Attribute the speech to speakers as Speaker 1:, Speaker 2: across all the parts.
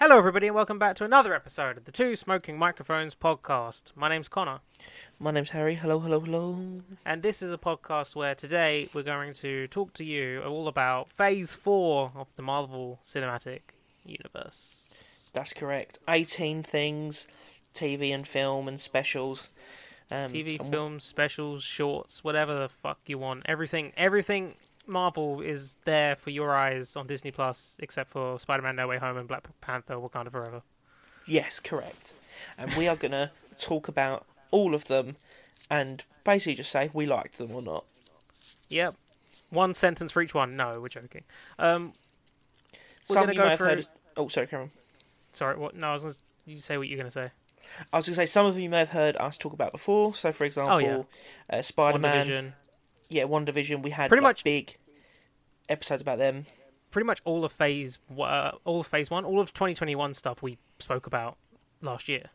Speaker 1: Hello, everybody, and welcome back to another episode of the Two Smoking Microphones podcast. My name's Connor,
Speaker 2: My name's Harry. Hello, hello, hello.
Speaker 1: and this is a podcast where today we're going to talk to you all about Phase 4 of the Marvel Cinematic Universe.
Speaker 2: That's correct. 18 things, TV and film and specials. Um,
Speaker 1: TV,
Speaker 2: and
Speaker 1: films, specials, shorts, whatever the fuck you want. Everything, everything Marvel is there for your eyes on Disney Plus, except for Spider-Man: No Way Home and Black Panther: Wakanda Forever.
Speaker 2: wh- Yes, correct. And we are going to talk about all of them and basically just say if we liked them or not.
Speaker 1: Yep. One sentence for each one. No, we're joking. Um, We're
Speaker 2: Some
Speaker 1: gonna
Speaker 2: you
Speaker 1: go
Speaker 2: may have heard.
Speaker 1: through-
Speaker 2: as- Oh, sorry, Cameron.
Speaker 1: sorry. What? No, I was gonna. s- You say what you're gonna say.
Speaker 2: I was going to say some of you may have heard us talk about before. So, for example, uh, Spider Man.
Speaker 1: Oh, WandaVision.
Speaker 2: Yeah, One Division. We had
Speaker 1: Pretty
Speaker 2: like,
Speaker 1: much-
Speaker 2: big episodes about them.
Speaker 1: pretty much all of phase uh, all of phase one, all of 2021 stuff we spoke about last year.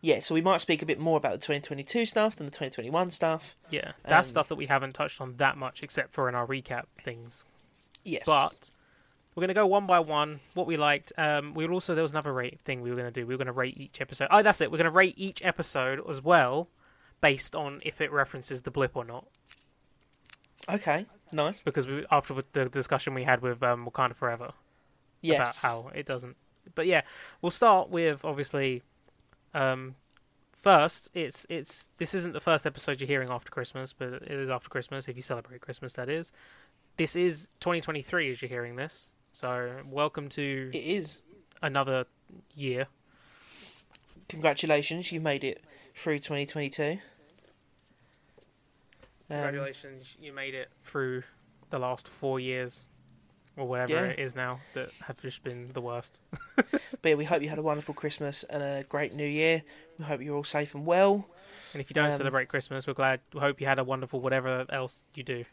Speaker 2: Yeah, so we might speak a bit more about the 2022 stuff than the 2021 stuff.
Speaker 1: Yeah, that's
Speaker 2: Um,
Speaker 1: stuff that we haven't touched on that much, except for in our recap things.
Speaker 2: Yes.
Speaker 1: But we're gonna go one by one. What we liked. Um, we were also there was another rate thing we were gonna do. We were gonna rate each episode. Oh, that's it. We're gonna rate each episode as well, based on if it references the blip or not.
Speaker 2: Okay, nice.
Speaker 1: Because we after the discussion we had with um, Wakanda Forever.
Speaker 2: Yes.
Speaker 1: about how it doesn't. But yeah, we'll start with obviously. Um, first, it's it's this isn't the first episode you're hearing after Christmas, but it is after Christmas if you celebrate Christmas. That is, this is 2023 as you're hearing this. So welcome to
Speaker 2: It is.
Speaker 1: another year.
Speaker 2: Congratulations, you made it through 2022. Um,
Speaker 1: Congratulations, you made it through the last four years. Or whatever
Speaker 2: Yeah.
Speaker 1: it is now that have just been the worst.
Speaker 2: but yeah, we hope you had a wonderful Christmas and a great New Year. We hope you're all safe and well.
Speaker 1: And if you don't
Speaker 2: Um,
Speaker 1: celebrate Christmas, we're glad. We hope you had a wonderful whatever else you do.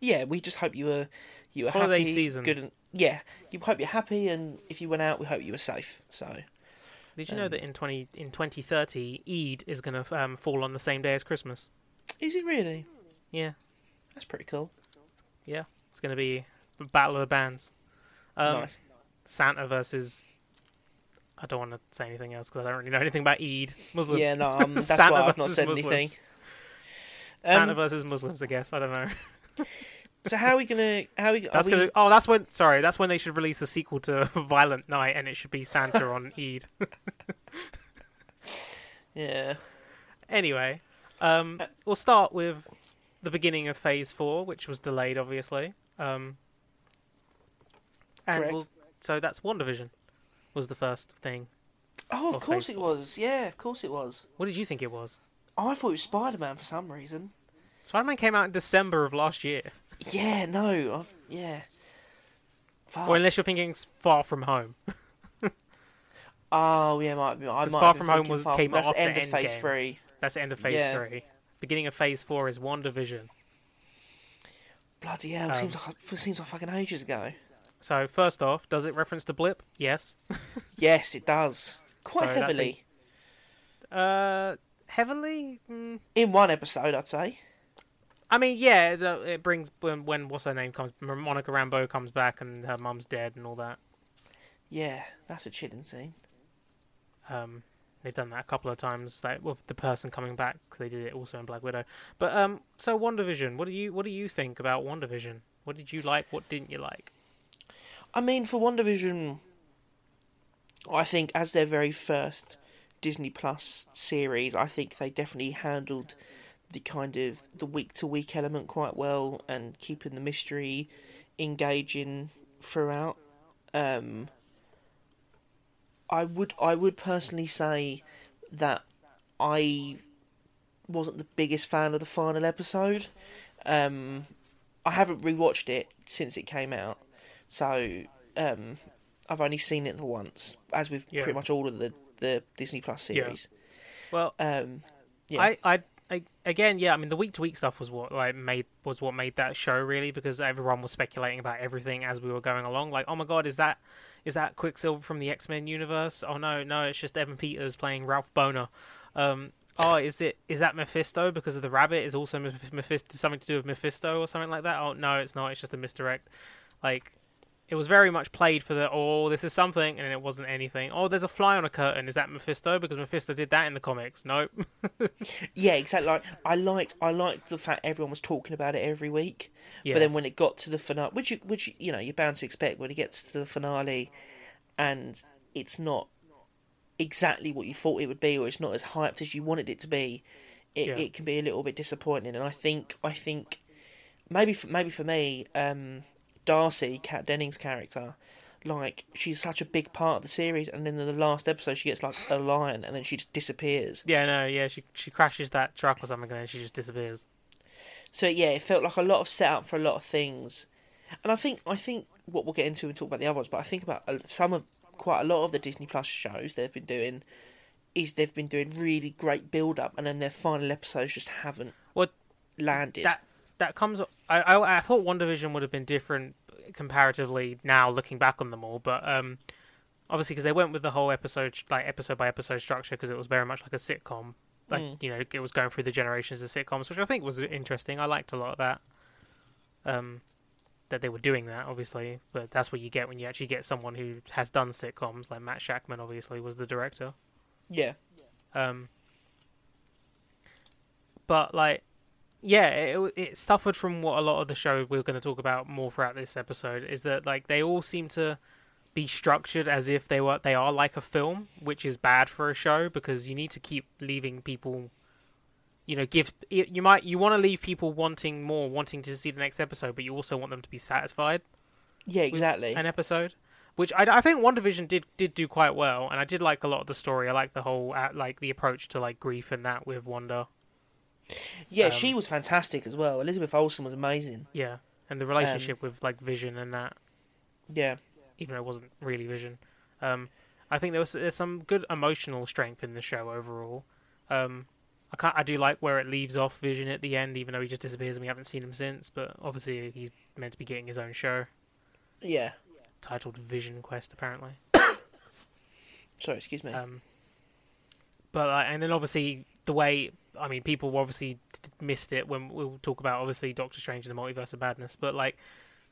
Speaker 2: Yeah, we just hope you were you were
Speaker 1: Holiday
Speaker 2: happy,
Speaker 1: season.
Speaker 2: good, and yeah. You hope you're happy, and if you went out, we hope you were safe. So
Speaker 1: Did you know
Speaker 2: Um,
Speaker 1: that in twenty in twenty thirty, Eid is going to um, fall on the same day as Christmas?
Speaker 2: is it really?
Speaker 1: Yeah,
Speaker 2: That's pretty cool.
Speaker 1: it's going to be the battle of the bands. Um,
Speaker 2: nice.
Speaker 1: Santa versus. I don't want to say anything else because I don't really know anything about Eid. Muslims.
Speaker 2: Yeah, no, um, that's
Speaker 1: Santa
Speaker 2: why I've not
Speaker 1: versus
Speaker 2: said
Speaker 1: Muslims.
Speaker 2: anything.
Speaker 1: Santa
Speaker 2: Um,
Speaker 1: versus Muslims. I guess I don't know.
Speaker 2: so how are we gonna? How are we? Are
Speaker 1: That's
Speaker 2: we
Speaker 1: gonna. Oh, that's when. Sorry, that's when they should release the sequel to Violent Night, and it should be Santa on Eid.
Speaker 2: Yeah.
Speaker 1: Anyway, um,
Speaker 2: Uh,
Speaker 1: we'll start with the beginning of Phase Four, which was delayed, obviously. Um, and
Speaker 2: Correct.
Speaker 1: we'll, so that's WandaVision was the first thing.
Speaker 2: Oh,
Speaker 1: Or
Speaker 2: of course it
Speaker 1: Facebook.
Speaker 2: was. Yeah, of course it was.
Speaker 1: What did you think it was?
Speaker 2: I thought it was Spider Man for some reason.
Speaker 1: Spider-Man came out in December of last year.
Speaker 2: Yeah, no, I've, yeah. Fuck.
Speaker 1: Or unless you're thinking s- Far From Home.
Speaker 2: oh, yeah, might be. I might
Speaker 1: Because
Speaker 2: have
Speaker 1: Far
Speaker 2: been
Speaker 1: From Home
Speaker 2: thinking
Speaker 1: was-
Speaker 2: Far-
Speaker 1: came
Speaker 2: that's
Speaker 1: after
Speaker 2: the end of Phase
Speaker 1: Endgame.
Speaker 2: Three.
Speaker 1: That's the end of Phase
Speaker 2: Yeah.
Speaker 1: Three. Beginning of Phase Four is WandaVision.
Speaker 2: Bloody hell!
Speaker 1: Um,
Speaker 2: seems like it seems like fucking ages ago.
Speaker 1: So first off, does it reference the blip? Yes.
Speaker 2: Yes, it does quite
Speaker 1: So that's
Speaker 2: heavily
Speaker 1: Uh, heavily. Mm.
Speaker 2: in one episode, I'd say.
Speaker 1: I mean, yeah, it, uh, it brings when, when what's her name comes, M- Monica Rambeau comes back and her mum's dead and all that.
Speaker 2: Yeah, that's a chilling scene.
Speaker 1: Um, they've done that a couple of times, like with the person coming back. 'cause They did it also in Black Widow. But um, so WandaVision, what do you what do you think about WandaVision? What did you like? What didn't you like?
Speaker 2: I mean, for One Division, I think as their very first Disney Plus series, I think they definitely handled the kind of the week to week element quite well and keeping the mystery engaging throughout. Um, I would I would personally say that I wasn't the biggest fan of the final episode. Um, I haven't rewatched it since it came out, so um, I've only seen it the once, as with
Speaker 1: Yeah.
Speaker 2: pretty much all of the, the Disney Plus
Speaker 1: Yeah.
Speaker 2: series.
Speaker 1: Well,
Speaker 2: Um, yeah.
Speaker 1: I, I I again, yeah, I mean the week to week stuff was what like made was what made that show really because everyone was speculating about everything as we were going along. Like, oh my god, is that is that Quicksilver from the X Men universe? Oh no, no, it's just Evan Peters playing Ralph Boner. Um, oh, is it is that Mephisto because of the rabbit? Is also Meph- Mephisto something to do with Mephisto or something like that? Oh no, it's not. It's just a misdirect. Like, it was very much played for the oh this is something and it wasn't anything oh there's a fly on a curtain is that mephisto because mephisto did that in the comics nope
Speaker 2: Yeah, exactly. Like I liked, I liked the fact everyone was talking about it every week.
Speaker 1: Yeah.
Speaker 2: But then when it got to the finale, which you, which you know you're bound to expect when it gets to the finale, and it's not exactly what you thought it would be, or it's not as hyped as you wanted it to be, it,
Speaker 1: Yeah.
Speaker 2: it can be a little bit disappointing. And I think I think maybe for, maybe for me, um, Darcy, Kat Denning's character, like she's such a big part of the series, and then in the last episode she gets like a line, and then she just disappears.
Speaker 1: yeah no yeah she she crashes that truck or something and then she just disappears
Speaker 2: So yeah, it felt like a lot of setup for a lot of things, and I think I think what we'll get into and talk about the other ones, but I think about uh, some of quite a lot of the Disney Plus shows they've been doing is they've been doing really great build up, and then their final episodes just haven't
Speaker 1: well
Speaker 2: landed.
Speaker 1: that that comes I, I i thought WandaVision would have been different comparatively now looking back on them all but um obviously because they went with the whole episode like episode by episode structure because it was very much like a sitcom like you know it was going through the generations of sitcoms which i think was interesting i liked a lot of that um that they were doing that obviously but that's what you get when you actually get someone who has done sitcoms like matt shackman obviously was the director
Speaker 2: yeah,
Speaker 1: um, but like, yeah, it, it suffered from what a lot of the show we are going to talk about more throughout this episode is that like they all seem to be structured as if they were they are like a film, which is bad for a show because you need to keep leaving people. You know, give you you might you want to leave people wanting more, wanting to see the next episode, but you also want them to be satisfied
Speaker 2: yeah, exactly.
Speaker 1: an episode, which I, I think WandaVision did did do quite well, and I did like a lot of the story. I like the whole uh, like the approach to like grief and that with Wanda,
Speaker 2: yeah,
Speaker 1: um,
Speaker 2: she was fantastic as well. Elizabeth Olsen was amazing.
Speaker 1: yeah, and the relationship with like Vision and that,
Speaker 2: Yeah,
Speaker 1: even though it wasn't really Vision. Um, I think there was there's some good emotional strength in the show overall. Um, I can't, I do like where it leaves off Vision at the end, even though he just disappears and we haven't seen him since. But obviously he's meant to be getting his own show
Speaker 2: yeah.
Speaker 1: titled Vision Quest, apparently.
Speaker 2: Sorry, excuse me.
Speaker 1: Um, but uh, and then obviously the way I mean, people obviously d- missed it when we'll talk about obviously Doctor Strange and the Multiverse of Madness. But like,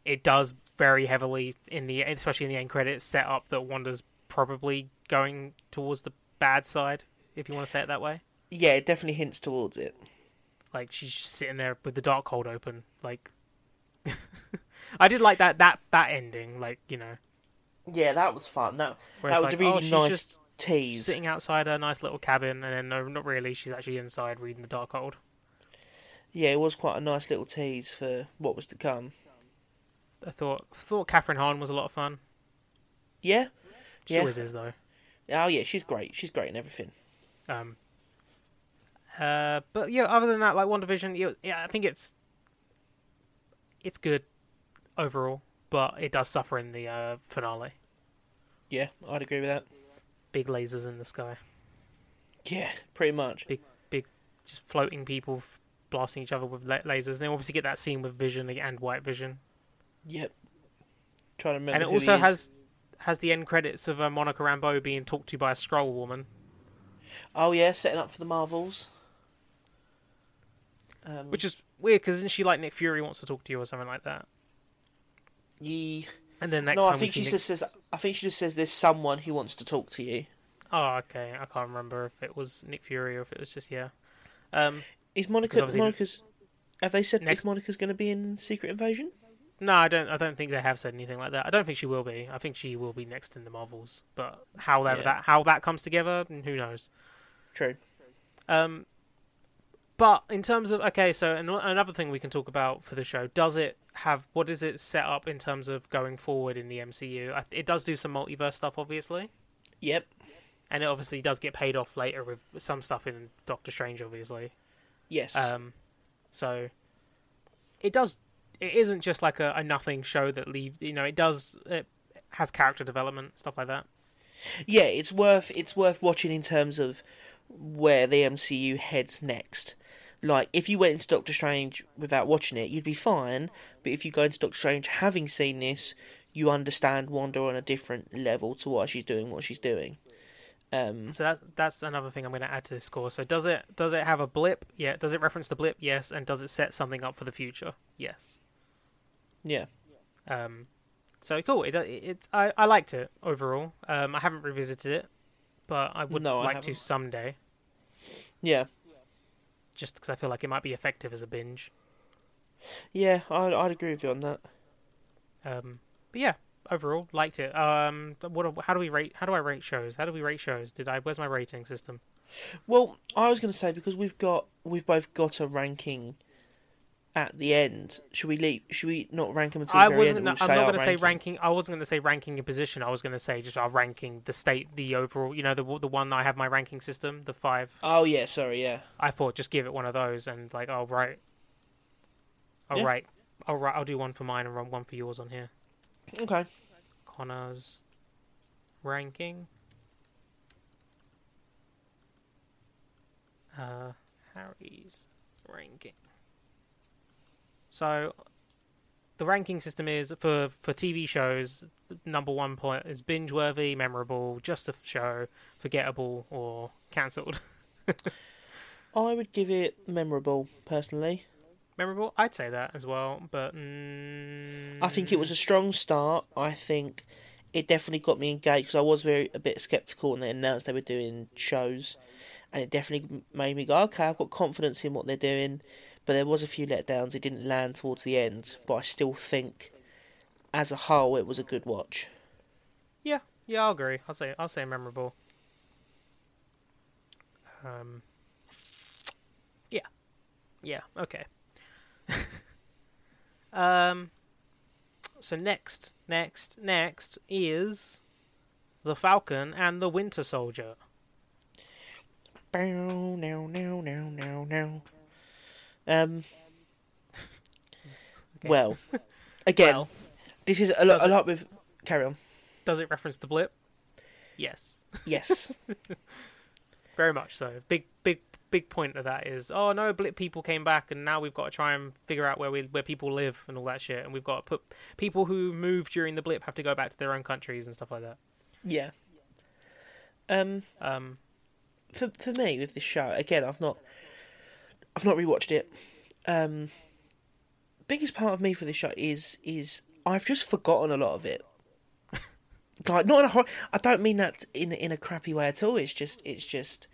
Speaker 1: it does very heavily in the especially in the end credits set up that Wanda's probably going towards the bad side, if you want to say it that way.
Speaker 2: yeah, it definitely hints towards it.
Speaker 1: Like she's just sitting there with the dark hold open. Like, I did like that that that ending. Like you know,
Speaker 2: Yeah, that was fun. That
Speaker 1: where
Speaker 2: that
Speaker 1: it's
Speaker 2: was
Speaker 1: like,
Speaker 2: a
Speaker 1: oh,
Speaker 2: really
Speaker 1: she's
Speaker 2: nice
Speaker 1: just
Speaker 2: tease.
Speaker 1: sitting outside her nice little cabin, and then no, not really. She's actually inside reading the dark hold.
Speaker 2: Yeah, it was quite a nice little tease for what was to come.
Speaker 1: I thought thought Catherine Hahn was a lot of fun.
Speaker 2: Yeah.
Speaker 1: She
Speaker 2: Yeah.
Speaker 1: always is though.
Speaker 2: Oh yeah, she's great. She's great in everything.
Speaker 1: Um, uh, but yeah, other than that, like One Division, yeah, I think it's it's good overall, but it does suffer in the uh, finale.
Speaker 2: Yeah, I'd agree with that.
Speaker 1: Big lasers in the sky,
Speaker 2: Yeah, pretty much.
Speaker 1: just floating people f- blasting each other with la- lasers. And then obviously get that scene with Vision and White Vision,
Speaker 2: Yep. Trying to remember.
Speaker 1: and it
Speaker 2: who he
Speaker 1: also
Speaker 2: is.
Speaker 1: has has the end credits of uh, Monica Rambeau being talked to by a Skrull woman.
Speaker 2: Oh yeah, setting up for the Marvels. Um,
Speaker 1: Which is weird because isn't she like Nick Fury wants to talk to you or something like that?
Speaker 2: ye...
Speaker 1: And then next
Speaker 2: No,
Speaker 1: time
Speaker 2: I think
Speaker 1: we see
Speaker 2: she
Speaker 1: Nick
Speaker 2: just says. I think she just says there's someone who wants to talk to you.
Speaker 1: Oh, okay. I can't remember if it was Nick Fury or if it was just yeah. Um,
Speaker 2: Is
Speaker 1: Because
Speaker 2: Monica?
Speaker 1: obviously-
Speaker 2: Monica's. Have they said
Speaker 1: Next-
Speaker 2: if Monica's going to be in Secret Invasion?
Speaker 1: no, I don't. I don't think they have said anything like that. I don't think she will be. I think she will be next in the Marvels, but how that
Speaker 2: Yeah.
Speaker 1: that how that comes together, mm, who knows.
Speaker 2: True.
Speaker 1: Um, but in terms of okay, so an- another thing we can talk about for the show does it have what is it set up in terms of going forward in the MCU? I- It does do some multiverse stuff, obviously,
Speaker 2: Yep.
Speaker 1: and it obviously does get paid off later with some stuff in Doctor Strange, obviously.
Speaker 2: Yes.
Speaker 1: Um, so it does. It isn't just like a, a nothing show that leaves. You know, it does. It has character development stuff like that.
Speaker 2: yeah, it's worth it's worth watching in terms of where the MCU heads next. Like if you went into Doctor Strange without watching it, you'd be fine. But if you go into Doctor Strange having seen this, you understand Wanda on a different level to why she's doing what she's doing. Um,
Speaker 1: So that's that's another thing I'm going to add to this score. So does it does it have a blip? Yeah. Does it reference the blip? Yes. And does it set something up for the future? Yes.
Speaker 2: yeah,
Speaker 1: Um, So cool. It, it, it's I, I liked it overall. Um, I haven't revisited it, but I would
Speaker 2: No, I
Speaker 1: like to
Speaker 2: haven't.
Speaker 1: someday,
Speaker 2: Yeah,
Speaker 1: just because I feel like it might be effective as a binge.
Speaker 2: yeah, I'd, I'd agree with you on that.
Speaker 1: Um, but yeah, overall liked it. Um, what? How do we rate? How do I rate shows? How do we rate shows? Did I? Where's my rating system?
Speaker 2: Well, I was going to say because we've got we've both got a ranking at the end. Should we leave? Should we not rank them until the
Speaker 1: I
Speaker 2: very
Speaker 1: wasn't.
Speaker 2: end?
Speaker 1: Gonna,
Speaker 2: and
Speaker 1: I'm
Speaker 2: we'll say
Speaker 1: not
Speaker 2: our
Speaker 1: going to say
Speaker 2: ranking?
Speaker 1: ranking. I wasn't going to say ranking in position. I was going to say just our ranking the state, the overall. You know, the the one that I have my ranking system, the five.
Speaker 2: Oh yeah, sorry, yeah.
Speaker 1: I thought just give it one of those and like, oh right, all
Speaker 2: Yeah.
Speaker 1: right, all right. I'll do one for mine and run one for yours on here.
Speaker 2: Okay.
Speaker 1: Connor's ranking. Uh, Harry's ranking. So, the ranking system is for for TV shows. the Number one point is binge worthy, memorable, just a show, forgettable, or cancelled.
Speaker 2: I would give it memorable personally.
Speaker 1: memorable, I'd say that as well. But mm,
Speaker 2: I think it was a strong start. I think it definitely got me engaged because I was very a bit skeptical when they announced they were doing shows, and it definitely m- made me go, okay, I've got confidence in what they're doing. But there was a few letdowns. It didn't land towards the end, but I still think, as a whole, it was a good watch.
Speaker 1: Yeah, yeah, I'll agree. I'll say I'll say memorable. Um. Yeah, yeah, okay. um. So next, next, next is the Falcon and the Winter Soldier.
Speaker 2: Bow, now, now, now, now, now. Um.
Speaker 1: Okay.
Speaker 2: Well, again,
Speaker 1: Well.
Speaker 2: this is a, lo-
Speaker 1: Does
Speaker 2: a
Speaker 1: it-
Speaker 2: lot with. Carry on.
Speaker 1: Does it reference the blip? Yes,
Speaker 2: Yes.
Speaker 1: very much so. Big, big, big point of that is oh no, blip people came back, and now we've got to try and figure out where we where people live and all that shit, and we've got to put people who moved during the blip have to go back to their own countries and stuff like that.
Speaker 2: yeah. Um.
Speaker 1: Um,
Speaker 2: for for me with this show again I've not I've not rewatched it um biggest part of me for this show is is I've just forgotten a lot of it like not in a hor- I don't mean that in in a crappy way at all it's just it's just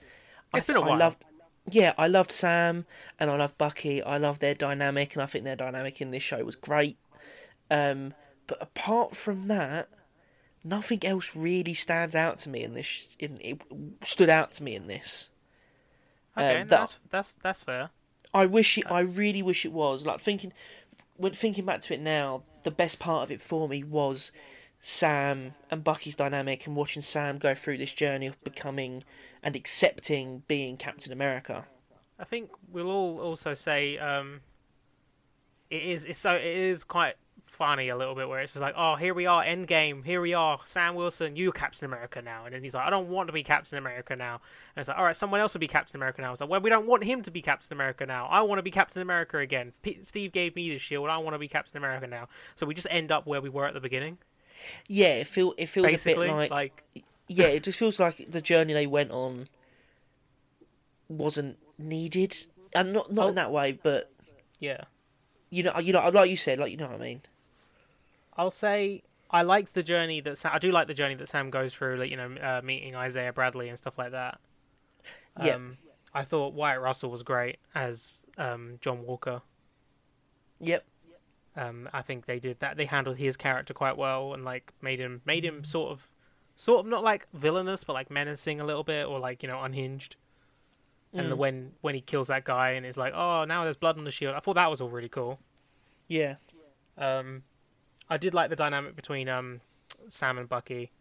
Speaker 1: It's
Speaker 2: I,
Speaker 1: been a
Speaker 2: I
Speaker 1: while.
Speaker 2: loved yeah I loved Sam and I loved Bucky I love their dynamic and I think their dynamic in this show was great um but apart from that nothing else really stands out to me in this sh- in it stood out to me in this
Speaker 1: okay,
Speaker 2: Um,
Speaker 1: no,
Speaker 2: that-
Speaker 1: that's that's that's fair.
Speaker 2: I wish
Speaker 1: Uh,
Speaker 2: it. I really wish it was. Like thinking, when thinking back to it now, the best part of it for me was Sam and Bucky's dynamic, and watching Sam go through this journey of becoming and accepting being Captain America.
Speaker 1: I think we'll all also say um, it is it's so it is quite funny a little bit where it's just like oh here we are Endgame here we are Sam Wilson you Captain America now and then he's like I don't want to be Captain America now and it's like all right someone else will be Captain America now it's like well we don't want him to be Captain America now I want to be Captain America again P- Steve gave me the shield I want to be Captain America now so we just end up where we were at the beginning
Speaker 2: Yeah, it feel it feels
Speaker 1: basically
Speaker 2: a bit like,
Speaker 1: like
Speaker 2: yeah, it just feels like the journey they went on wasn't needed, and not
Speaker 1: Oh.
Speaker 2: not in that way, but
Speaker 1: yeah
Speaker 2: you know, you know, like you said, like you know what I mean.
Speaker 1: I'll say I like the journey that Sam, I do like the journey that Sam goes through, like you know, uh, meeting Isaiah Bradley and stuff like that.
Speaker 2: Yeah.
Speaker 1: Um, I thought Wyatt Russell was great as um, John Walker.
Speaker 2: Yep.
Speaker 1: Um, I think they did that. They handled his character quite well and like made him made him sort of sort of not like villainous, but like menacing a little bit or like you know unhinged. And the, when when he kills that guy and it's like, oh, now there's blood on the shield. I thought that was all really cool.
Speaker 2: Yeah.
Speaker 1: Um, I did like the dynamic between um, Sam and Bucky.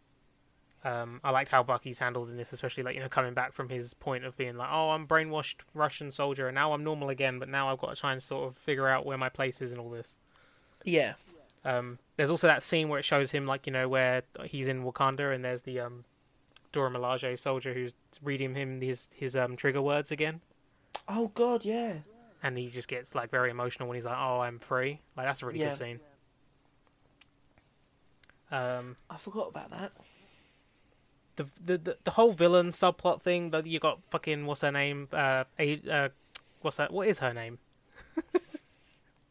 Speaker 1: Um, I liked how Bucky's handled in this, especially like you know coming back from his point of being like, "Oh, I'm brainwashed Russian soldier, and now I'm normal again, but now I've got to try and sort of figure out where my place is and all this."
Speaker 2: Yeah.
Speaker 1: Um, there's also that scene where it shows him like you know where he's in Wakanda, and there's the um, Dora Milaje soldier who's reading him his his um, trigger words again,
Speaker 2: Oh God, yeah.
Speaker 1: and he just gets like very emotional when he's like, "Oh, I'm free." Like that's a really
Speaker 2: Yeah.
Speaker 1: good scene. Um,
Speaker 2: I forgot about that.
Speaker 1: the the the- the whole villain subplot thing that you got fucking what's her name uh, a, uh what's that what is her name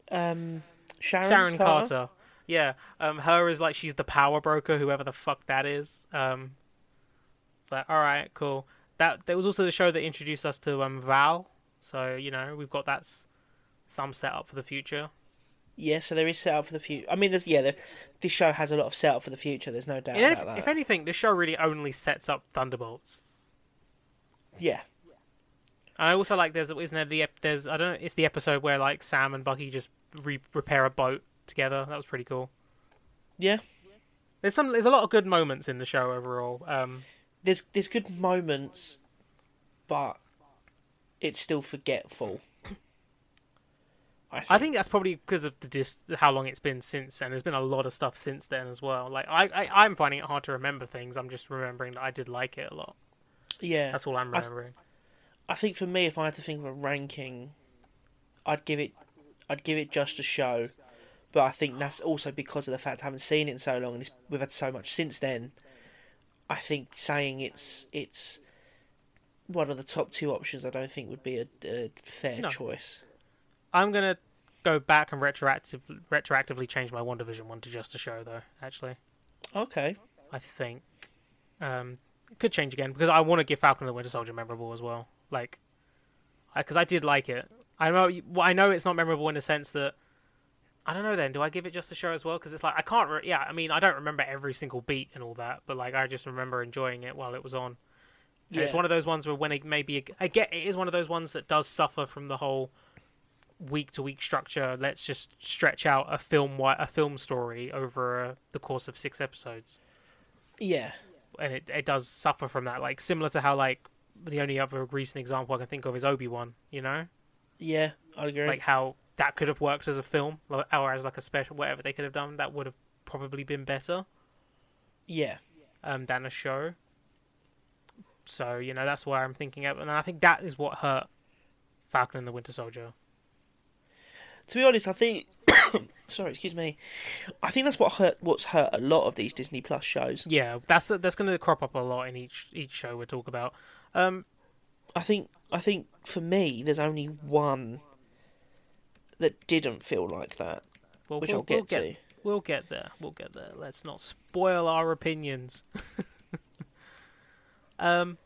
Speaker 2: um, Sharon,
Speaker 1: Sharon Carter. Yeah, um, her is like she's the power broker, whoever the fuck that is. Um, it's like all right, cool. That there was also the show that introduced us to um Val, so you know we've got that's some setup for the future.
Speaker 2: Yeah, so there is setup for the future. I mean, there's yeah, the, this show has a lot of setup for the future. There's no doubt
Speaker 1: And if,
Speaker 2: about that.
Speaker 1: if anything, this show really only sets up Thunderbolts.
Speaker 2: yeah,
Speaker 1: I also like there's isn't there the ep- there's I don't know it's the episode where like Sam and Bucky just re- repair a boat together. That was pretty cool.
Speaker 2: yeah.
Speaker 1: There's some there's a lot of good moments in the show overall. Um,
Speaker 2: There's there's good moments, but it's still forgetful. I think.
Speaker 1: I think that's probably because of the dis- how long it's been since, and there's been a lot of stuff since then as well. Like I, I I'm finding it hard to remember things. I'm just remembering that I did like it a lot.
Speaker 2: yeah,
Speaker 1: That's all I'm
Speaker 2: I th-
Speaker 1: remembering.
Speaker 2: I think for me, if I had to think of a ranking, I'd give it, I'd give it just a show, but I think that's also because of the fact I haven't seen it in so long, and it's, we've had so much since then. I think saying it's it's one of the top two options, I don't think would be a, a fair
Speaker 1: No.
Speaker 2: choice.
Speaker 1: I'm gonna go back and retroactive retroactively change my One Division one to just a show though. Actually,
Speaker 2: Okay,
Speaker 1: I think um, it could change again because I want to give Falcon and the Winter Soldier memorable as well. Like, because I, did like it. I know. Well, I know it's not memorable in the sense that I don't know. Then do I give it just a show as well? Because it's like I can't. Re- yeah, I mean, I don't remember every single beat and all that, but like I just remember enjoying it while it was on. And It's
Speaker 2: Yeah.
Speaker 1: one of those ones where when it maybe I get it is one of those ones that does suffer from the whole week to week structure. Let's just stretch out a film wi- a film story over uh, the course of six episodes
Speaker 2: yeah,
Speaker 1: and it, it does suffer from that. Like similar to how like the only other recent example I can think of is Obi Wan. You know,
Speaker 2: yeah, I agree.
Speaker 1: like how that could have worked as a film like- or as like a special, whatever they could have done. That would have probably been better
Speaker 2: yeah,
Speaker 1: um, than a show. So you know that's why I'm thinking of, and I think that is what hurt Falcon and the Winter Soldier.
Speaker 2: to be honest, I think. sorry, excuse me. I think that's what hurt. What's hurt a lot of these Disney Plus shows.
Speaker 1: Yeah, that's that's going to crop up a lot in each each show we talk about. Um,
Speaker 2: I think I think for me, there's only one that didn't feel like that,
Speaker 1: well,
Speaker 2: which
Speaker 1: we'll,
Speaker 2: I'll get
Speaker 1: we'll get
Speaker 2: to.
Speaker 1: We'll get there. We'll get there. Let's not spoil our opinions. um,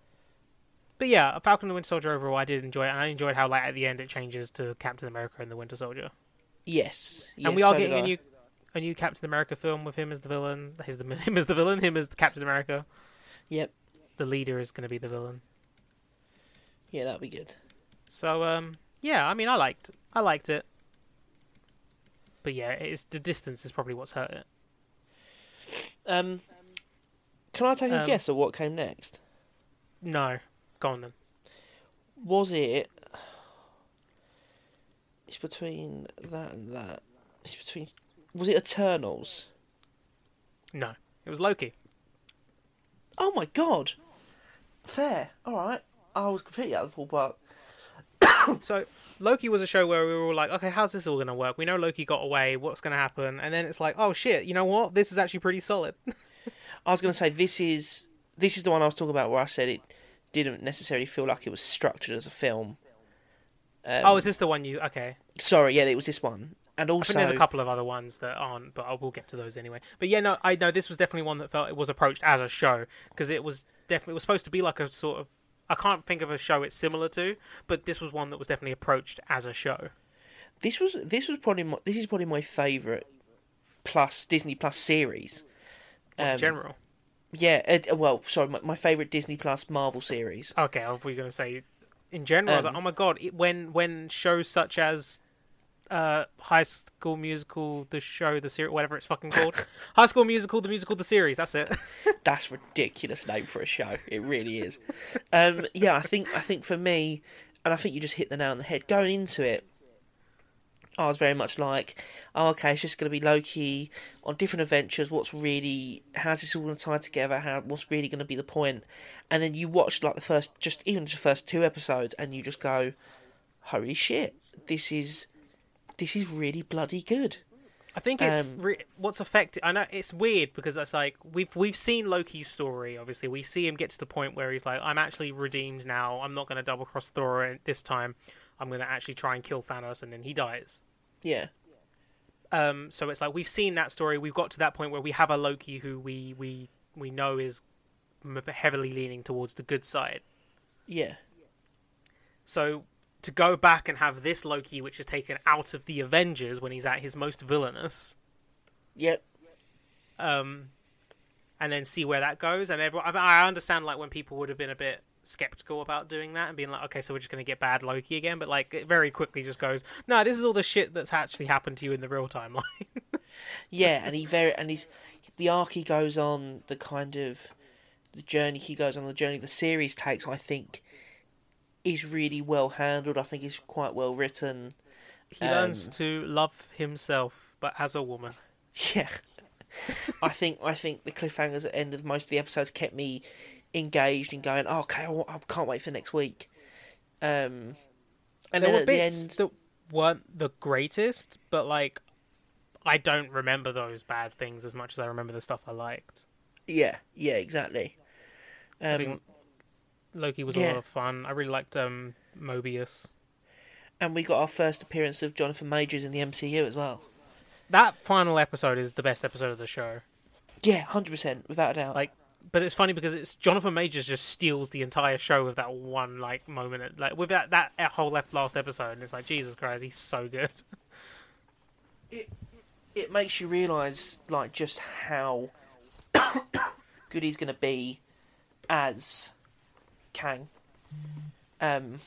Speaker 1: but yeah, Falcon and the Winter Soldier overall, I did enjoy it, and I enjoyed how like at the end it changes to Captain America and the Winter Soldier,
Speaker 2: Yes, yes,
Speaker 1: and we are
Speaker 2: so did
Speaker 1: getting a
Speaker 2: I.
Speaker 1: new a new Captain America film with him as the villain. His the him as the villain. Him as the Captain America.
Speaker 2: Yep,
Speaker 1: The leader is going to be the villain.
Speaker 2: yeah, that'd be good.
Speaker 1: So um, yeah, I mean, I liked I liked it. But yeah, it's the distance is probably what's hurt it.
Speaker 2: Um, can I take a
Speaker 1: Um,
Speaker 2: guess at what came next?
Speaker 1: No, go on then.
Speaker 2: Was it? It's between that and that. It's between. Was it Eternals?
Speaker 1: No, it was Loki.
Speaker 2: Oh my god! Fair. All right. I was completely out of the ballpark.
Speaker 1: So Loki was a show where we were all like, okay, how's this all gonna work? We know Loki got away. What's gonna happen? And then it's like, oh shit, you know what? This is actually pretty solid.
Speaker 2: I was going to say this is this is the one I was talking about where I said it didn't necessarily feel like it was structured as a film. Um,
Speaker 1: oh, is this the one you? Okay,
Speaker 2: sorry, yeah, it was this one, and
Speaker 1: I think
Speaker 2: also
Speaker 1: there's a couple of other ones that aren't, but I will get to those anyway. But yeah, no, I know this was definitely one that felt it was approached as a show because it was definitely it was supposed to be like a sort of. I can't think of a show it's similar to, but this was one that was definitely approached as a show.
Speaker 2: this was this was probably my, this is probably my favorite plus Disney Plus series.
Speaker 1: Well, in
Speaker 2: Um,
Speaker 1: general,
Speaker 2: Yeah, uh, well, sorry, my, my favorite Disney Plus Marvel series.
Speaker 1: okay, I was gonna say, in general, I was
Speaker 2: um,
Speaker 1: like, oh my god, it, when when shows such as uh, High School Musical, the show, the series, whatever it's fucking called, High School Musical, the musical, the series, that's it.
Speaker 2: That's a ridiculous name for a show. It really is. um, yeah, I think I think for me, and I think you just hit the nail on the head. Going into it, I was very much like, oh, okay, it's just going to be Loki on different adventures. What's really how's this all going to tie together? How what's really going to be the point? And then you watch like the first, just even the first two episodes, and you just go, holy shit, this is this is really bloody good.
Speaker 1: I think it's
Speaker 2: Um,
Speaker 1: re- what's affected. I know it's weird because that's like we've we've seen Loki's story. Obviously, we see him get to the point where he's like, "I'm actually redeemed now. I'm not going to double cross Thor this time. I'm going to actually try and kill Thanos," and then he dies.
Speaker 2: Yeah,
Speaker 1: Um, so it's like we've seen that story. We've got to that point where we have a Loki who we we we know is m- heavily leaning towards the good side.
Speaker 2: Yeah.
Speaker 1: So to go back and have this Loki, which is taken out of the Avengers when he's at his most villainous,
Speaker 2: Yep.
Speaker 1: um, and then see where that goes. And everyone, I, mean, I understand like when people would have been a bit skeptical about doing that and being like, okay, so we're just going to get bad Loki again. But like, it very quickly just goes, no, this is all the shit that's actually happened to you in the real timeline.
Speaker 2: Yeah, and he very and he's the arc he goes on, the kind of the journey he goes on, the journey the series takes, I think, is really well handled. I think it's quite well written.
Speaker 1: he learns to love himself, but as a woman.
Speaker 2: Yeah. I think I think the cliffhangers at the end of most of the episodes kept me engaged and going, oh, okay, I wa- I can't wait for next week. Um,
Speaker 1: there
Speaker 2: and then
Speaker 1: were
Speaker 2: at the
Speaker 1: bits
Speaker 2: end,
Speaker 1: that weren't the greatest, but like I don't remember those bad things as much as I remember the stuff I liked.
Speaker 2: yeah, yeah, exactly.
Speaker 1: I
Speaker 2: Um,
Speaker 1: think Loki was a
Speaker 2: yeah.
Speaker 1: lot of fun. I really liked um, Mobius.
Speaker 2: and we got our first appearance of Jonathan Majors in the MCU as well.
Speaker 1: That final episode is the best episode of the show.
Speaker 2: Yeah, hundred percent, without a doubt.
Speaker 1: Like, but it's funny because it's Jonathan Majors just steals the entire show with that one like moment, at- like with that that e, whole ep- last episode, and it's like Jesus Christ, he's so good.
Speaker 2: it makes you realise like just how good he's going to be as Kang. Um,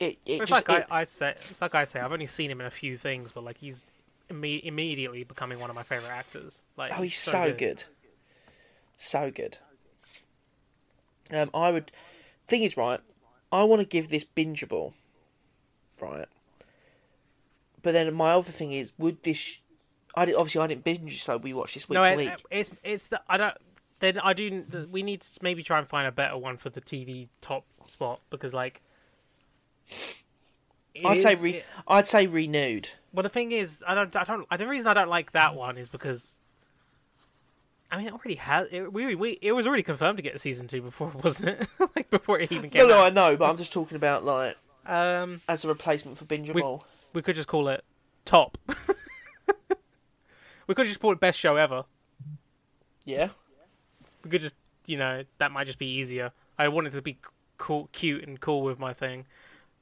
Speaker 2: it it
Speaker 1: It's
Speaker 2: just
Speaker 1: like
Speaker 2: it-
Speaker 1: I, I say, it's like I say, I've only seen him in a few things, but like he's imme- immediately becoming one of my favorite actors. Like,
Speaker 2: oh he's so, good. so good. Um, I would thing is right. I want to give this bingeable, right? But then my other thing is, would this? I did, obviously I didn't binge it, so we watched this week
Speaker 1: No,
Speaker 2: to
Speaker 1: it-
Speaker 2: week.
Speaker 1: it's it's the I don't. Then I do. the- We need to maybe try and find a better one for the TV top spot because like. it
Speaker 2: I'd say
Speaker 1: is-
Speaker 2: re,
Speaker 1: it-
Speaker 2: I'd say renewed.
Speaker 1: Well, the thing is, I don't, I don't. I, the reason I don't like that one is because, I mean, it already has. It, we, we, it was already confirmed to get a season two before, wasn't it? like before it even
Speaker 2: No,
Speaker 1: came
Speaker 2: no, I
Speaker 1: out.
Speaker 2: know, but I'm just talking about like
Speaker 1: Um,
Speaker 2: as a replacement for binge
Speaker 1: We-
Speaker 2: Mall.
Speaker 1: we could just call it top. we could just call it best show ever.
Speaker 2: Yeah,
Speaker 1: We could just, you know, that might just be easier. I wanted to be cool, cute, and cool with my thing,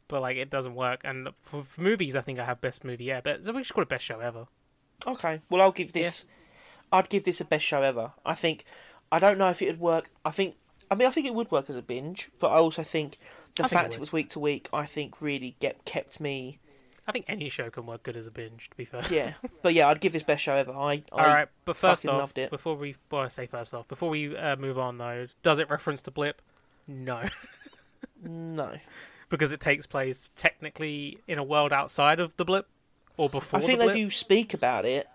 Speaker 1: but like it doesn't work. And for, for movies, I think I have best movie yeah, but so we should call it best show ever.
Speaker 2: okay. Well, I'll give this. I'd give this a best show ever. I think. I don't know if it would work. I think. I mean, I think it would work as a binge, but I also think the
Speaker 1: I think it
Speaker 2: fact it,
Speaker 1: would.
Speaker 2: was week to week, I think, really get kept me.
Speaker 1: I think any show can work good as a binge. To be fair.
Speaker 2: Yeah, but yeah, I'd give this best show ever. I, I
Speaker 1: All right, but first
Speaker 2: fucking
Speaker 1: off,
Speaker 2: loved it.
Speaker 1: before we well, I say first off, before we uh, move on though, does it reference the blip? No,
Speaker 2: no.
Speaker 1: because it takes place technically in a world outside of the blip, or before.
Speaker 2: I think
Speaker 1: the
Speaker 2: they
Speaker 1: blip.
Speaker 2: do speak about it.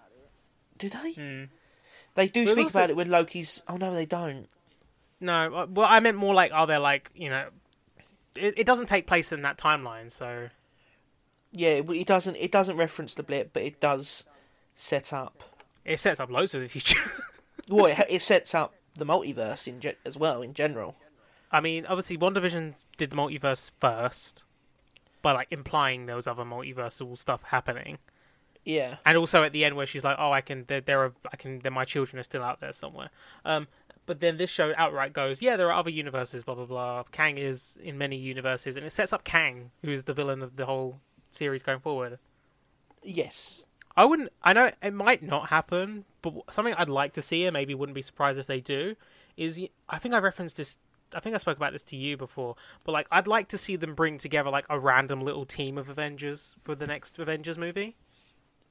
Speaker 2: Do they?
Speaker 1: Hmm.
Speaker 2: They do
Speaker 1: But
Speaker 2: speak
Speaker 1: also-
Speaker 2: about it when Loki's. Oh no, they don't.
Speaker 1: No, uh, well, I meant more like are there like you know, it, it doesn't take place in that timeline, so
Speaker 2: Yeah, it, it doesn't. It doesn't reference the blip, but it does set up
Speaker 1: it sets up loads of the future.
Speaker 2: well, it, it sets up the multiverse in ge- as well in general.
Speaker 1: I mean, obviously, WandaVision did the multiverse first, by like implying there was other multiversal stuff happening.
Speaker 2: Yeah,
Speaker 1: and also at the end where she's like, "Oh, I can, there, there are, I can, there, my children are still out there somewhere." Um, but then this show outright goes, "Yeah, there are other universes, blah blah blah." Kang is in many universes, and it sets up Kang, who is the villain of the whole series going forward.
Speaker 2: yes,
Speaker 1: I wouldn't, I know it might not happen, but something I'd like to see, and maybe wouldn't be surprised if they do, is I think I referenced this. I think I spoke about this to you before, but like I'd like to see them bring together like a random little team of Avengers for the next Avengers movie.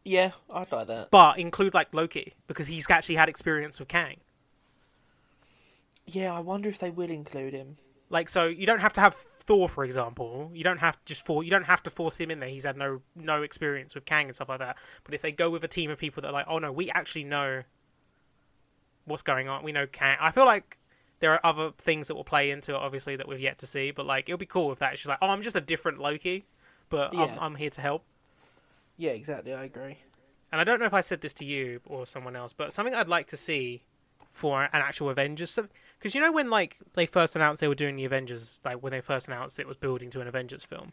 Speaker 2: yeah, I'd like that.
Speaker 1: but include like Loki because he's actually had experience with Kang.
Speaker 2: Yeah, I wonder if they will include him.
Speaker 1: Like, so you don't have to have Thor, for example. You don't have to just for you don't have to force him in there. He's had no no experience with Kang and stuff like that. But if they go with a team of people that are like, oh no, we actually know what's going on. We know Kang. I feel like there are other things that will play into it, obviously, that we've yet to see. But like, it'll be cool if that's just like, oh, I'm just a different Loki, but I'm,
Speaker 2: Yeah.
Speaker 1: I'm here to help.
Speaker 2: Yeah, exactly. I agree.
Speaker 1: and I don't know if I said this to you or someone else, but something I'd like to see for an actual Avengers, because you know when like they first announced they were doing the Avengers, like when they first announced it was building to an Avengers film,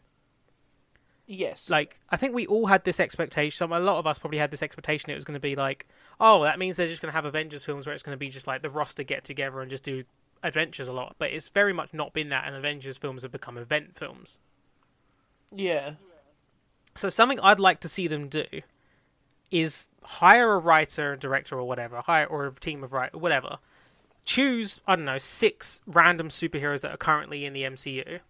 Speaker 2: Yes.
Speaker 1: like I think we all had this expectation. some- A lot of us probably had this expectation. It was going to be like, oh, that means they're just going to have Avengers films where it's going to be just like the roster get together and just do adventures a lot. But it's very much not been that, and Avengers films have become event films.
Speaker 2: yeah.
Speaker 1: So something I'd like to see them do is hire a writer, director, or whatever, hire or a team of writer, whatever. Choose I don't know six random superheroes that are currently in the MCU.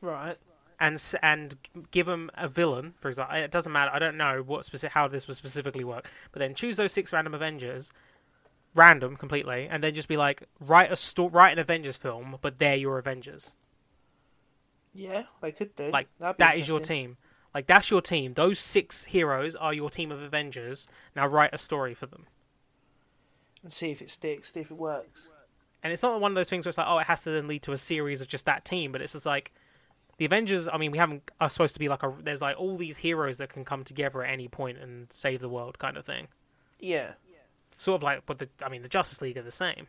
Speaker 2: Right.
Speaker 1: and s- and give them a villain. For example, it doesn't matter. I don't know what specific how this would specifically work. But then choose those six random Avengers, random completely, and then just be like, write a sto- write an Avengers film, but they're your Avengers.
Speaker 2: Yeah, they could do.
Speaker 1: Like
Speaker 2: That'd be
Speaker 1: that is your
Speaker 2: interesting.
Speaker 1: team. Like that's your team. Those six heroes are your team of Avengers. Now write a story for them.
Speaker 2: And see if it sticks, see if it works.
Speaker 1: And it's not one of those things where it's like, oh, it has to then lead to a series of just that team. But it's just like the Avengers. I mean, we haven't are supposed to be like a. There's like all these heroes that can come together at any point and save the world, kind of thing.
Speaker 2: Yeah.
Speaker 1: Sort of like, but the I mean, the Justice League are the same.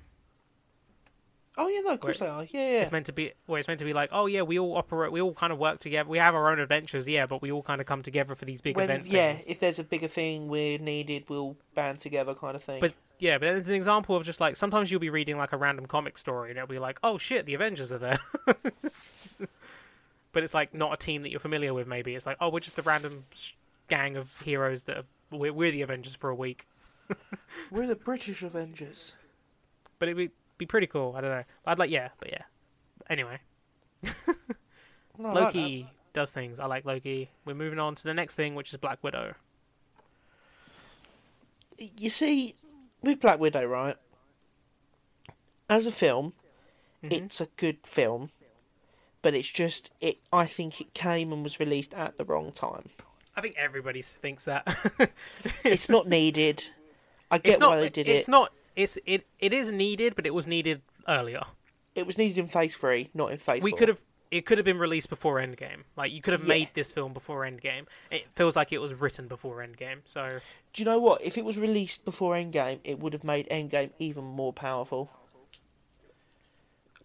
Speaker 2: Oh yeah, no, of course they are. Yeah, yeah.
Speaker 1: It's meant to be where it's meant to be like, oh yeah, we all operate, we all kind of work together. We have our own adventures, yeah, but we all kind of come together for these big
Speaker 2: when
Speaker 1: events.
Speaker 2: yeah, if there's a bigger thing we're needed, we'll band together, kind of thing.
Speaker 1: But yeah, but then it's an example of just like sometimes you'll be reading like a random comic story and it'll be like, oh shit, the Avengers are there. but it's like not a team that you're familiar with. Maybe it's like, oh, we're just a random s- gang of heroes that are, we're, we're the Avengers for a week.
Speaker 2: we're the British Avengers.
Speaker 1: But it'd be, be pretty cool. I don't know. I'd like yeah, but yeah. Anyway,
Speaker 2: No, I like that.
Speaker 1: Loki does things. I like Loki. We're moving on to the next thing, which is Black Widow.
Speaker 2: you see, with Black Widow, right? As a film,
Speaker 1: Mm-hmm.
Speaker 2: it's a good film, but it's just it. I think it came and was released at the wrong time.
Speaker 1: I think everybody s- thinks that.
Speaker 2: It's not needed. I get
Speaker 1: it's not.
Speaker 2: why they did
Speaker 1: it's
Speaker 2: it.
Speaker 1: not. It's it. It is needed, but it was needed earlier.
Speaker 2: It was needed in Phase Three, not in Phase
Speaker 1: we
Speaker 2: Four.
Speaker 1: could have it could have been released before Endgame. Like you could have
Speaker 2: Yeah.
Speaker 1: made this film before Endgame. It feels like it was written before Endgame. So
Speaker 2: Do you know what? If it was released before Endgame, it would have made Endgame even more powerful.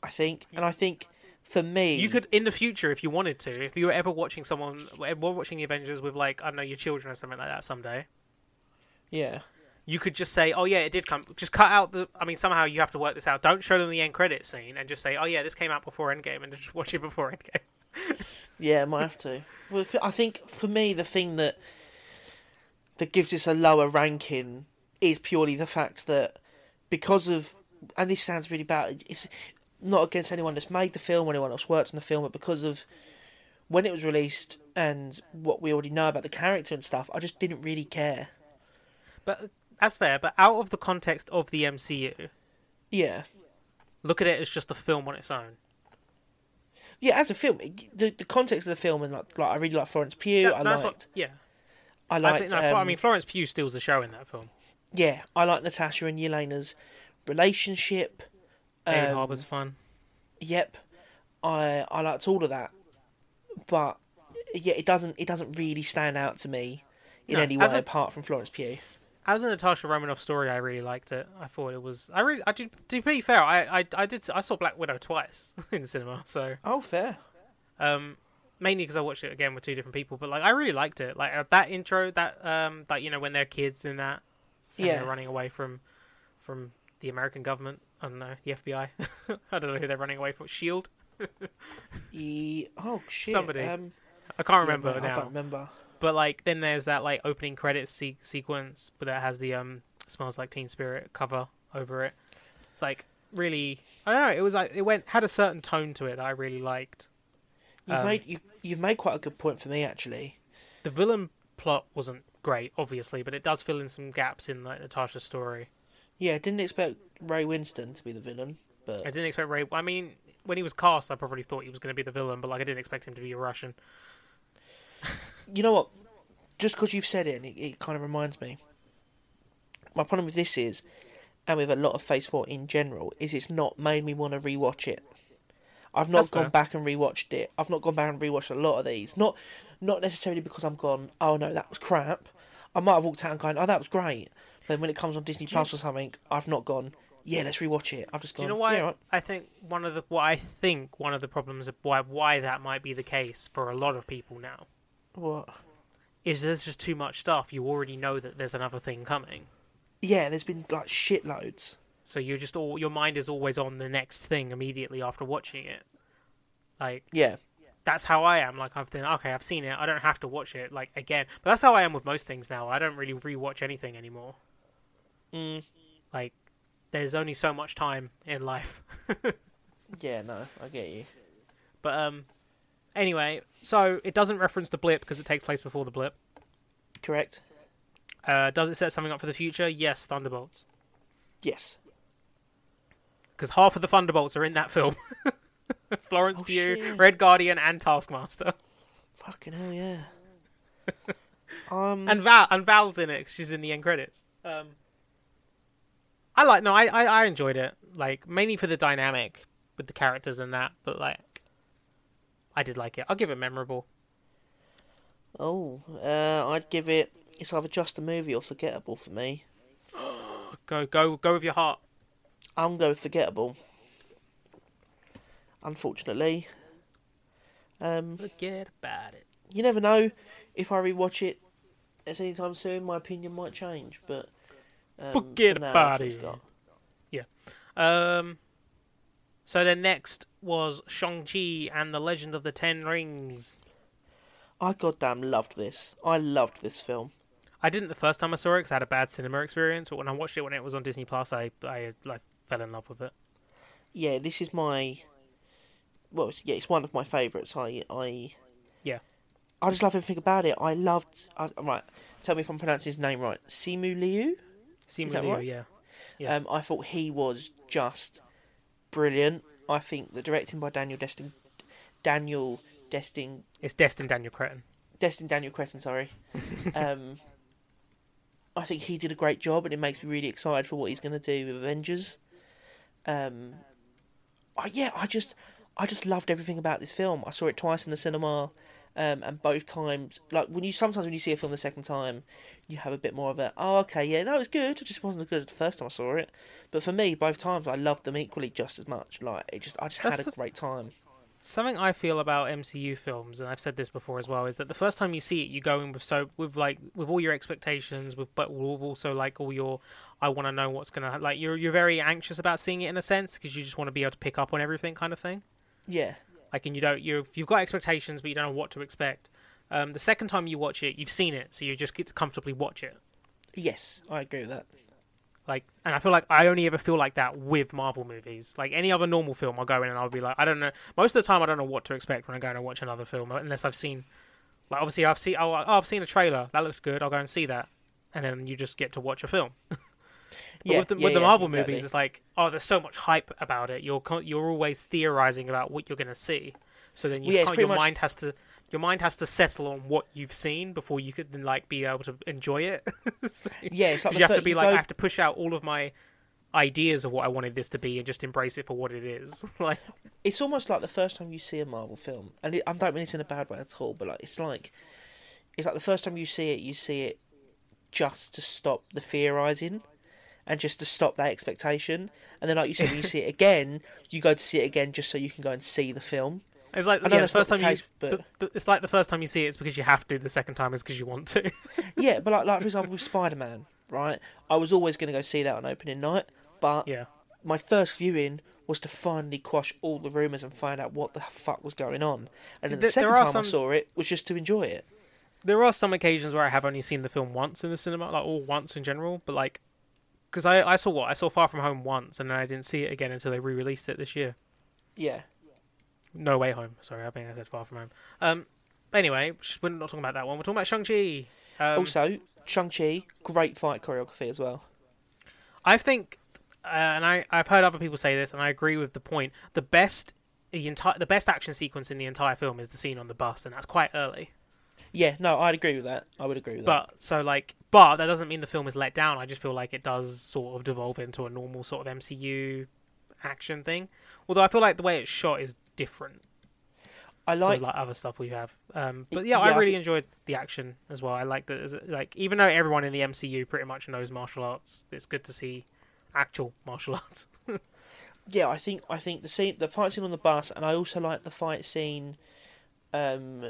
Speaker 2: I think, and I think for me,
Speaker 1: you could in the future if you wanted to, if you were ever watching someone were watching the Avengers with like I don't know your children or something like that someday,
Speaker 2: yeah,
Speaker 1: you could just say, "Oh yeah, it did come." Just cut out the I mean somehow you have to work this out. Don't show them the end credit scene and just say, "Oh yeah, this came out before Endgame" and just watch it before Endgame.
Speaker 2: Yeah, I might have to. Well, I think for me, the thing that that gives this a lower ranking is purely the fact that because of, and this sounds really bad. It's not against anyone that's made the film, or anyone else worked on the film, but because of when it was released and what we already know about the character and stuff, I just didn't really care.
Speaker 1: But that's fair, but out of the context of the MCU,
Speaker 2: Yeah,
Speaker 1: look at it as just a film on its own.
Speaker 2: yeah. As a film, it- the the context of the film and like, like I really like Florence Pugh.
Speaker 1: That-
Speaker 2: I
Speaker 1: that's
Speaker 2: liked,
Speaker 1: what- yeah.
Speaker 2: I
Speaker 1: I,
Speaker 2: liked.
Speaker 1: think, no, Flo- I
Speaker 2: um,
Speaker 1: mean, Florence Pugh steals the show in that film.
Speaker 2: yeah, I like Natasha and Yelena's relationship.
Speaker 1: David
Speaker 2: um,
Speaker 1: Harbour's fun.
Speaker 2: Yep, I I liked all of that, but yeah, it doesn't it doesn't really stand out to me in
Speaker 1: No,
Speaker 2: any way
Speaker 1: as a-
Speaker 2: apart from Florence Pugh.
Speaker 1: As a Natasha Romanoff story, I really liked it. I thought it was. I really. I did. To be fair, I, I, I did. I saw Black Widow twice in the cinema, so
Speaker 2: Oh, fair.
Speaker 1: um, mainly because I watched it again with two different people. But like, I really liked it. Like uh, that intro, that um, like you know when they're kids in that, and
Speaker 2: Yeah,
Speaker 1: they're running away from, from the American government. I don't know the FBI. I don't know who they're running away from. Shield.
Speaker 2: Ye- oh shit.
Speaker 1: Somebody.
Speaker 2: Um,
Speaker 1: I can't
Speaker 2: yeah,
Speaker 1: remember
Speaker 2: no,
Speaker 1: now.
Speaker 2: I don't remember.
Speaker 1: But like then there's that like opening credits se- sequence, but that has the um smells like Teen Spirit cover over it. It's like really, I don't know. It was like it went had a certain tone to it that I really liked.
Speaker 2: You've
Speaker 1: Um,
Speaker 2: made you you've made quite a good point for me actually.
Speaker 1: The villain plot wasn't great, obviously, but it does fill in some gaps in like Natasha's story.
Speaker 2: Yeah, I didn't expect Ray Winston to be the villain,
Speaker 1: I
Speaker 2: but
Speaker 1: didn't expect Ray. I mean, when he was cast, I probably thought he was going to be the villain, but like I didn't expect him to be a Russian.
Speaker 2: you know what? Just because you've said it, and it, it kind of reminds me. My problem with this is, and with a lot of Phase Four in general, is it's not made me want to rewatch it. I've not
Speaker 1: That's
Speaker 2: gone
Speaker 1: fair.
Speaker 2: back and rewatched it. I've not gone back and rewatched a lot of these. Not, not necessarily because I'm gone. Oh no, that was crap. I might have walked out and gone, oh that was great. Then when it comes on Disney Plus or something, I've not gone. yeah, let's rewatch it. I've just
Speaker 1: Do
Speaker 2: gone.
Speaker 1: you know why?
Speaker 2: Um, "Yeah, all right."
Speaker 1: I think one of the what I think one of the problems of why why that might be the case for a lot of people now
Speaker 2: What?
Speaker 1: is there's just too much stuff. You already know that there's another thing coming,
Speaker 2: Yeah, there's been like shitloads.
Speaker 1: so you're just all your mind is always on the next thing immediately after watching it. Like
Speaker 2: Yeah,
Speaker 1: that's how I am. Like I've been okay, I've seen it. I don't have to watch it like again. But that's how I am with most things now. I don't really rewatch anything anymore.
Speaker 2: Mm.
Speaker 1: Like there's only so much time in life.
Speaker 2: yeah. No, I get you.
Speaker 1: but um, anyway, so it doesn't reference the blip because it takes place before the blip.
Speaker 2: Correct.
Speaker 1: Uh, does it set something up for the future? Yes, Thunderbolts.
Speaker 2: Yes.
Speaker 1: Because half of the Thunderbolts are in that film. Florence
Speaker 2: Oh,
Speaker 1: Pugh,
Speaker 2: shit.
Speaker 1: Red Guardian, and Taskmaster,
Speaker 2: Fucking hell, yeah. um.
Speaker 1: and Val and Val's in it. 'cause she's in the end credits. Um, I like no, I, I I enjoyed it like mainly for the dynamic with the characters and that, but like I did like it. I'll give it memorable.
Speaker 2: Oh, uh, I'd give it. It's either just a movie or forgettable for me.
Speaker 1: Go go go with your heart.
Speaker 2: I'm going with forgettable. Unfortunately. Um,
Speaker 1: Forget about it.
Speaker 2: you never know if I rewatch it at any time soon. My opinion might change, but um, for
Speaker 1: Forget
Speaker 2: now,
Speaker 1: about
Speaker 2: that's what it's
Speaker 1: it.
Speaker 2: got.
Speaker 1: Um, so then next was Shang Chi and the Legend of the Ten Rings.
Speaker 2: I goddamn loved this. I loved this film.
Speaker 1: I didn't the first time I saw it because I had a bad cinema experience, but when I watched it when it was on Disney Plus, I I like fell in love with it.
Speaker 2: Yeah, this is my. Well, it's- yeah, it's one of my favourites. I, I.
Speaker 1: Yeah.
Speaker 2: I just love everything about it. I loved. I, right, tell me if I'm pronouncing his name right. Simu Liu.
Speaker 1: Simu
Speaker 2: that
Speaker 1: Liu,
Speaker 2: right?
Speaker 1: yeah, Yeah.
Speaker 2: Um, I thought he was just brilliant. I think the directing by Daniel Destin, Daniel Destin,
Speaker 1: it's Destin Daniel Cretton.
Speaker 2: Destin Daniel Cretton, sorry. um, I think he did a great job, and it makes me really excited for what he's going to do with Avengers. Um, I, yeah, I just, I just loved everything about this film. I saw it twice in the cinema, um, and both times, like when you sometimes when you see a film the second time, you have a bit more of a, oh, okay, yeah, no, it's good. It just wasn't as good as the first time I saw it. But for me, both times, I loved them equally just as much. Like it just, I just
Speaker 1: That's
Speaker 2: had a
Speaker 1: the-
Speaker 2: great time.
Speaker 1: Something I feel about MCU films, and I've said this before as well, is that the first time you see it, you go in with so with like with all your expectations, with but with also like all your I want to know what's gonna like you're you're very anxious about seeing it in a sense because you just want to be able to pick up on everything kind of thing.
Speaker 2: Yeah,
Speaker 1: like and you don't you you've got expectations but you don't know what to expect um, the second time you watch it you've seen it so you just get to comfortably watch it
Speaker 2: yes, I agree with that.
Speaker 1: like and i feel like i only ever feel like that with marvel movies like any other normal film i'll go in and i'll be like i don't know most of the time i don't know what to expect when i go in and watch another film unless i've seen like obviously i've seen oh, i've seen a trailer that looks good i'll go and see that and then you just get to watch a film But
Speaker 2: yeah,
Speaker 1: with the,
Speaker 2: yeah,
Speaker 1: with the
Speaker 2: yeah,
Speaker 1: Marvel
Speaker 2: exactly.
Speaker 1: movies, it's like, oh, there's so much hype about it. You're con- you're always theorizing about what you're going to see. So then you
Speaker 2: Well, yeah, it's
Speaker 1: can't,
Speaker 2: pretty
Speaker 1: your
Speaker 2: much-
Speaker 1: mind has to your mind has to settle on what you've seen before you could then like be able to enjoy it. So
Speaker 2: Yeah, it's like
Speaker 1: you
Speaker 2: the
Speaker 1: have to
Speaker 2: third-
Speaker 1: be
Speaker 2: you
Speaker 1: like, I
Speaker 2: go-
Speaker 1: have to push out all of my ideas of what I wanted this to be and just embrace it for what it is. like,
Speaker 2: it's almost like the first time you see a Marvel film, and it, I don't mean it in a bad way at all, but like it's like it's like the first time you see it, you see it just to stop the theorizing and just to stop that expectation, and then like you said, when you see it again, you go to see it again just so you can go and see the film.
Speaker 1: it's like
Speaker 2: I know
Speaker 1: yeah, the
Speaker 2: that's not
Speaker 1: first
Speaker 2: the
Speaker 1: time you
Speaker 2: case, but-
Speaker 1: th- th- it's like the first time you see it, it's because you have to. The second time is because you want to.
Speaker 2: Yeah, but like like for example with Spider Man, right? I was always going to go see that on opening night, but
Speaker 1: yeah.
Speaker 2: my first viewing was to finally quash all the rumors and find out what the fuck was going on, and then the
Speaker 1: th- there
Speaker 2: second
Speaker 1: are
Speaker 2: time I
Speaker 1: some-
Speaker 2: saw it was just to enjoy it.
Speaker 1: there are some occasions where I have only seen the film once in the cinema, like or once in general, but like because I, I saw what I saw Far From Home once, and then I didn't see it again until they re-released it this year.
Speaker 2: Yeah.
Speaker 1: No Way Home. Sorry, I think I said Far From Home. Um, anyway, sh- we're not talking about that one. We're talking about Shang Chi. Um,
Speaker 2: also, Shang Chi, great fight choreography as well.
Speaker 1: I think, uh, and I I've heard other people say this, and I agree with the point. The best the entire the best action sequence in the entire film is the scene on the bus, and that's quite early.
Speaker 2: Yeah, no, I'd agree with that. I would agree with that.
Speaker 1: But so like, but that doesn't mean the film is let down. I just feel like it does sort of devolve into a normal sort of MCU action thing. Although I feel like the way it's shot is different
Speaker 2: I
Speaker 1: to
Speaker 2: like,
Speaker 1: like other stuff we have. Um, but
Speaker 2: Y-
Speaker 1: yeah,
Speaker 2: yeah, I
Speaker 1: I really
Speaker 2: thi-
Speaker 1: enjoyed the action as well. I like that. there's a- Like even though everyone in the MCU pretty much knows martial arts, it's good to see actual martial arts.
Speaker 2: yeah, I think I think the scene, the fight scene on the bus, and I also like the fight scene, um,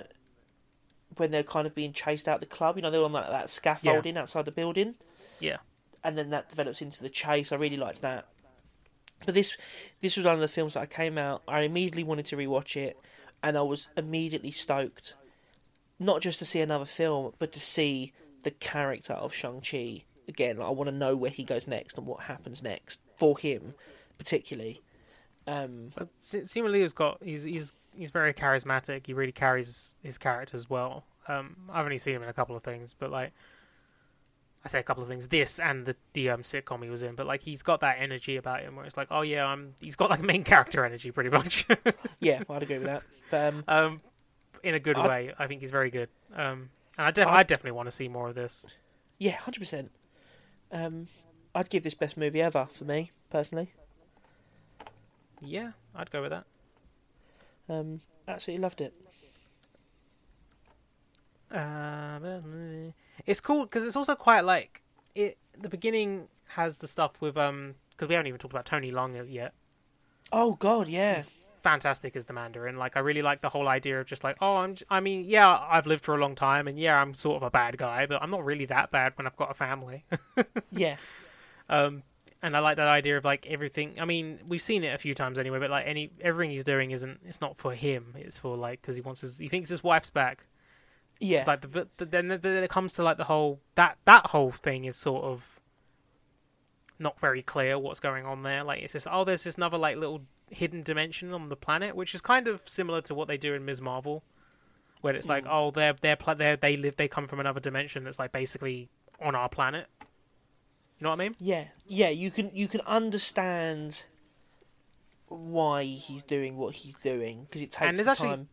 Speaker 2: when they're kind of being chased out the club. You know, they're on like that scaffolding outside the building,
Speaker 1: yeah,
Speaker 2: and then that develops into the chase. I really liked that. But this this was one of the films that I came out. I immediately wanted to rewatch it, and I was immediately stoked, not just to see another film, but to see the character of Shang Chi again. Like, I want to know where he goes next and what happens next for him, particularly. Um,
Speaker 1: But Se- Simu Liu's got he's he's he's very charismatic. He really carries his characters well. Um, I've only seen him in a couple of things, but like I say, a couple of things. This and the the um, sitcom he was in, but like he's got that energy about him where it's like, oh yeah, I'm. He's got like main character energy pretty much,
Speaker 2: yeah, I'd agree with that. But, um,
Speaker 1: um, in a good
Speaker 2: I'd-
Speaker 1: way. I think he's very good. Um, and I, def- I
Speaker 2: I'd-
Speaker 1: definitely want to see more of this.
Speaker 2: yeah, hundred percent. Um, I'd give this best movie ever for me personally.
Speaker 1: Yeah, I'd go with that.
Speaker 2: Um, absolutely loved it.
Speaker 1: Uh, but- it's cool because it's also quite like it. The beginning has the stuff with um because we haven't even talked about Tony Long yet.
Speaker 2: Oh God, yeah,
Speaker 1: He's fantastic as the Mandarin. Like I really like the whole idea of just like oh I'm j- I mean yeah I've lived for a long time and yeah I'm sort of a bad guy but I'm not really that bad when I've got a family.
Speaker 2: yeah,
Speaker 1: um and I like that idea of like everything. I mean we've seen it a few times anyway but like any everything he's doing isn't it's not for him. It's for like because he wants his he thinks his wife's back
Speaker 2: yeah.
Speaker 1: it's like the, the, the- then then it comes to like the whole that that whole thing is sort of not very clear what's going on there. Like it's just oh, there's this another like little hidden dimension on the planet, which is kind of similar to what they do in Ms. Marvel, where it's
Speaker 2: Mm.
Speaker 1: like oh, they're they're pla- they they live they come from another dimension that's like basically on our planet. You know what I mean?
Speaker 2: Yeah, yeah, you can you can understand why he's doing what he's doing because it takes
Speaker 1: And there's
Speaker 2: the
Speaker 1: actually-
Speaker 2: time.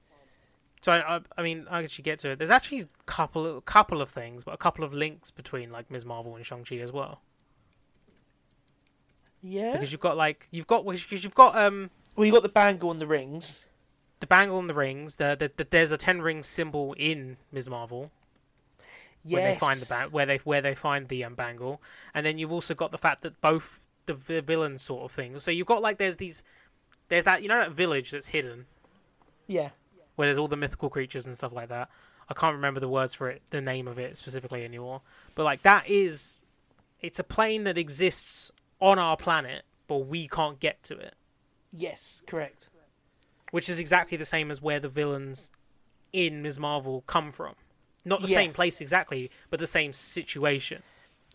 Speaker 1: So I, I, I mean, I actually get to it. There's actually couple couple of things, but a couple of links between like Ms. Marvel and Shang Chi as well.
Speaker 2: Yeah,
Speaker 1: Because you've got like you've got because you've got um
Speaker 2: well, you got the bangle and the rings.
Speaker 1: the bangle and the rings. The, the, the there's a ten ring symbol in Ms. Marvel
Speaker 2: Yes,
Speaker 1: where they find the ba- where they where they find the um, bangle, and then you've also got the fact that both the, the villain sort of thing. So you've got like there's these there's that you know that village that's hidden
Speaker 2: yeah,
Speaker 1: where there's all the mythical creatures and stuff like that. I can't remember the words for it, the name of it specifically anymore. But like that is, it's a plane that exists on our planet, but we can't get to it.
Speaker 2: yes, correct.
Speaker 1: which is exactly the same as where the villains in Ms. Marvel come from. Not the
Speaker 2: Yeah.
Speaker 1: same place exactly, but the same situation.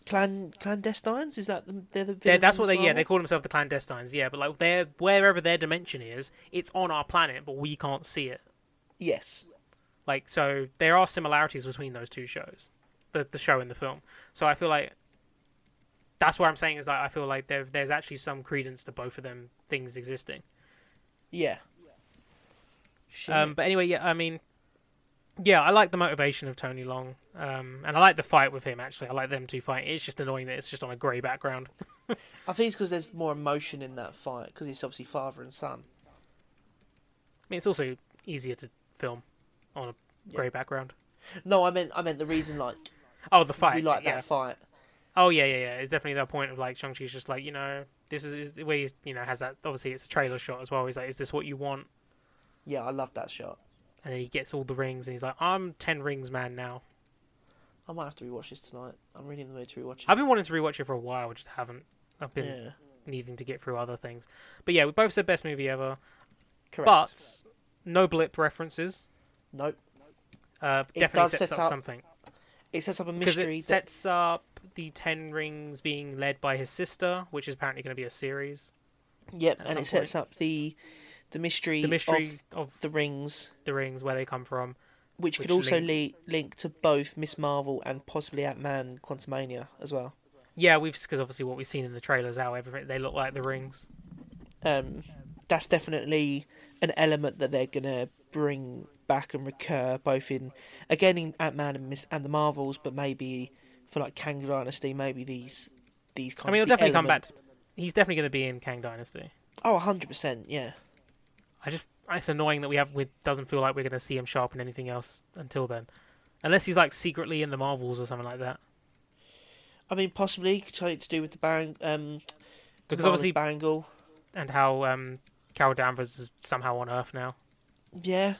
Speaker 2: Clan clandestines is that the, they're the
Speaker 1: They're,
Speaker 2: villains
Speaker 1: that's
Speaker 2: in
Speaker 1: what they
Speaker 2: this
Speaker 1: yeah they
Speaker 2: Marvel?
Speaker 1: call themselves the clandestines yeah, but like they're wherever their dimension is, it's on our planet, but we can't see it.
Speaker 2: yes
Speaker 1: Like so, there are similarities between those two shows, the the show and the film. So I feel like that's what I'm saying is that I feel like there there's actually some credence to both of them things existing.
Speaker 2: yeah. Shit.
Speaker 1: Um, but anyway, yeah, I mean, yeah, I like the motivation of Tony Long, um, and I like the fight with him. Actually, I like them two fighting. It's just annoying that it's just on a grey background.
Speaker 2: I think it's because there's more emotion in that fight because it's obviously father and son.
Speaker 1: I mean, it's also easier to film on a grey background.
Speaker 2: No, I meant I meant the reason like
Speaker 1: Oh, the fight.
Speaker 2: we like
Speaker 1: yeah.
Speaker 2: that fight.
Speaker 1: Oh yeah, yeah, yeah. It's definitely that point of like Shang Chi's just like you know this is, is where he's you know has that obviously it's a trailer shot as well. He's like, is this what you want?
Speaker 2: Yeah, I love that shot.
Speaker 1: And then he gets all the rings and he's like, I'm ten rings man now.
Speaker 2: I might have to rewatch this tonight. I'm really in the mood to rewatch it.
Speaker 1: I've been wanting to rewatch it for a while, I just haven't. I've been
Speaker 2: yeah,
Speaker 1: needing to get through other things. But yeah, we both said best movie ever.
Speaker 2: correct.
Speaker 1: but no blip references.
Speaker 2: nope.
Speaker 1: Uh,
Speaker 2: It
Speaker 1: definitely
Speaker 2: does
Speaker 1: sets
Speaker 2: set
Speaker 1: up,
Speaker 2: up
Speaker 1: something
Speaker 2: It sets up a
Speaker 1: because
Speaker 2: mystery.
Speaker 1: it sets up the Ten Rings being led by his sister, which is apparently going to be a series.
Speaker 2: that, yep,
Speaker 1: at
Speaker 2: and
Speaker 1: some
Speaker 2: it sets up the the mystery,
Speaker 1: The mystery
Speaker 2: of
Speaker 1: of,
Speaker 2: the rings,
Speaker 1: the rings, where they come from.
Speaker 2: which,
Speaker 1: Which
Speaker 2: could also link. link to both Miss Marvel and possibly Ant Man Quantumania as well.
Speaker 1: Yeah, we've because obviously what we've seen in the trailers, how everything they look like the rings.
Speaker 2: Um, that's definitely an element that they're gonna bring back and recur both in again in Ant Man and Miss and the Marvels, but maybe for like Kang Dynasty, maybe these these kind.
Speaker 1: I mean,
Speaker 2: of
Speaker 1: he'll
Speaker 2: the
Speaker 1: definitely come back.
Speaker 2: element-
Speaker 1: to- he's definitely going to be in Kang Dynasty.
Speaker 2: Oh, hundred percent, yeah.
Speaker 1: I just it's annoying that we have we doesn't feel like we're going to see him show up in anything else until then, unless he's like secretly in the Marvels or something like that.
Speaker 2: I mean, possibly something to do with the bang, um, the
Speaker 1: Because
Speaker 2: Barnes
Speaker 1: obviously-
Speaker 2: Bangle.
Speaker 1: and how um, Carol Danvers is somehow on Earth now.
Speaker 2: Yeah.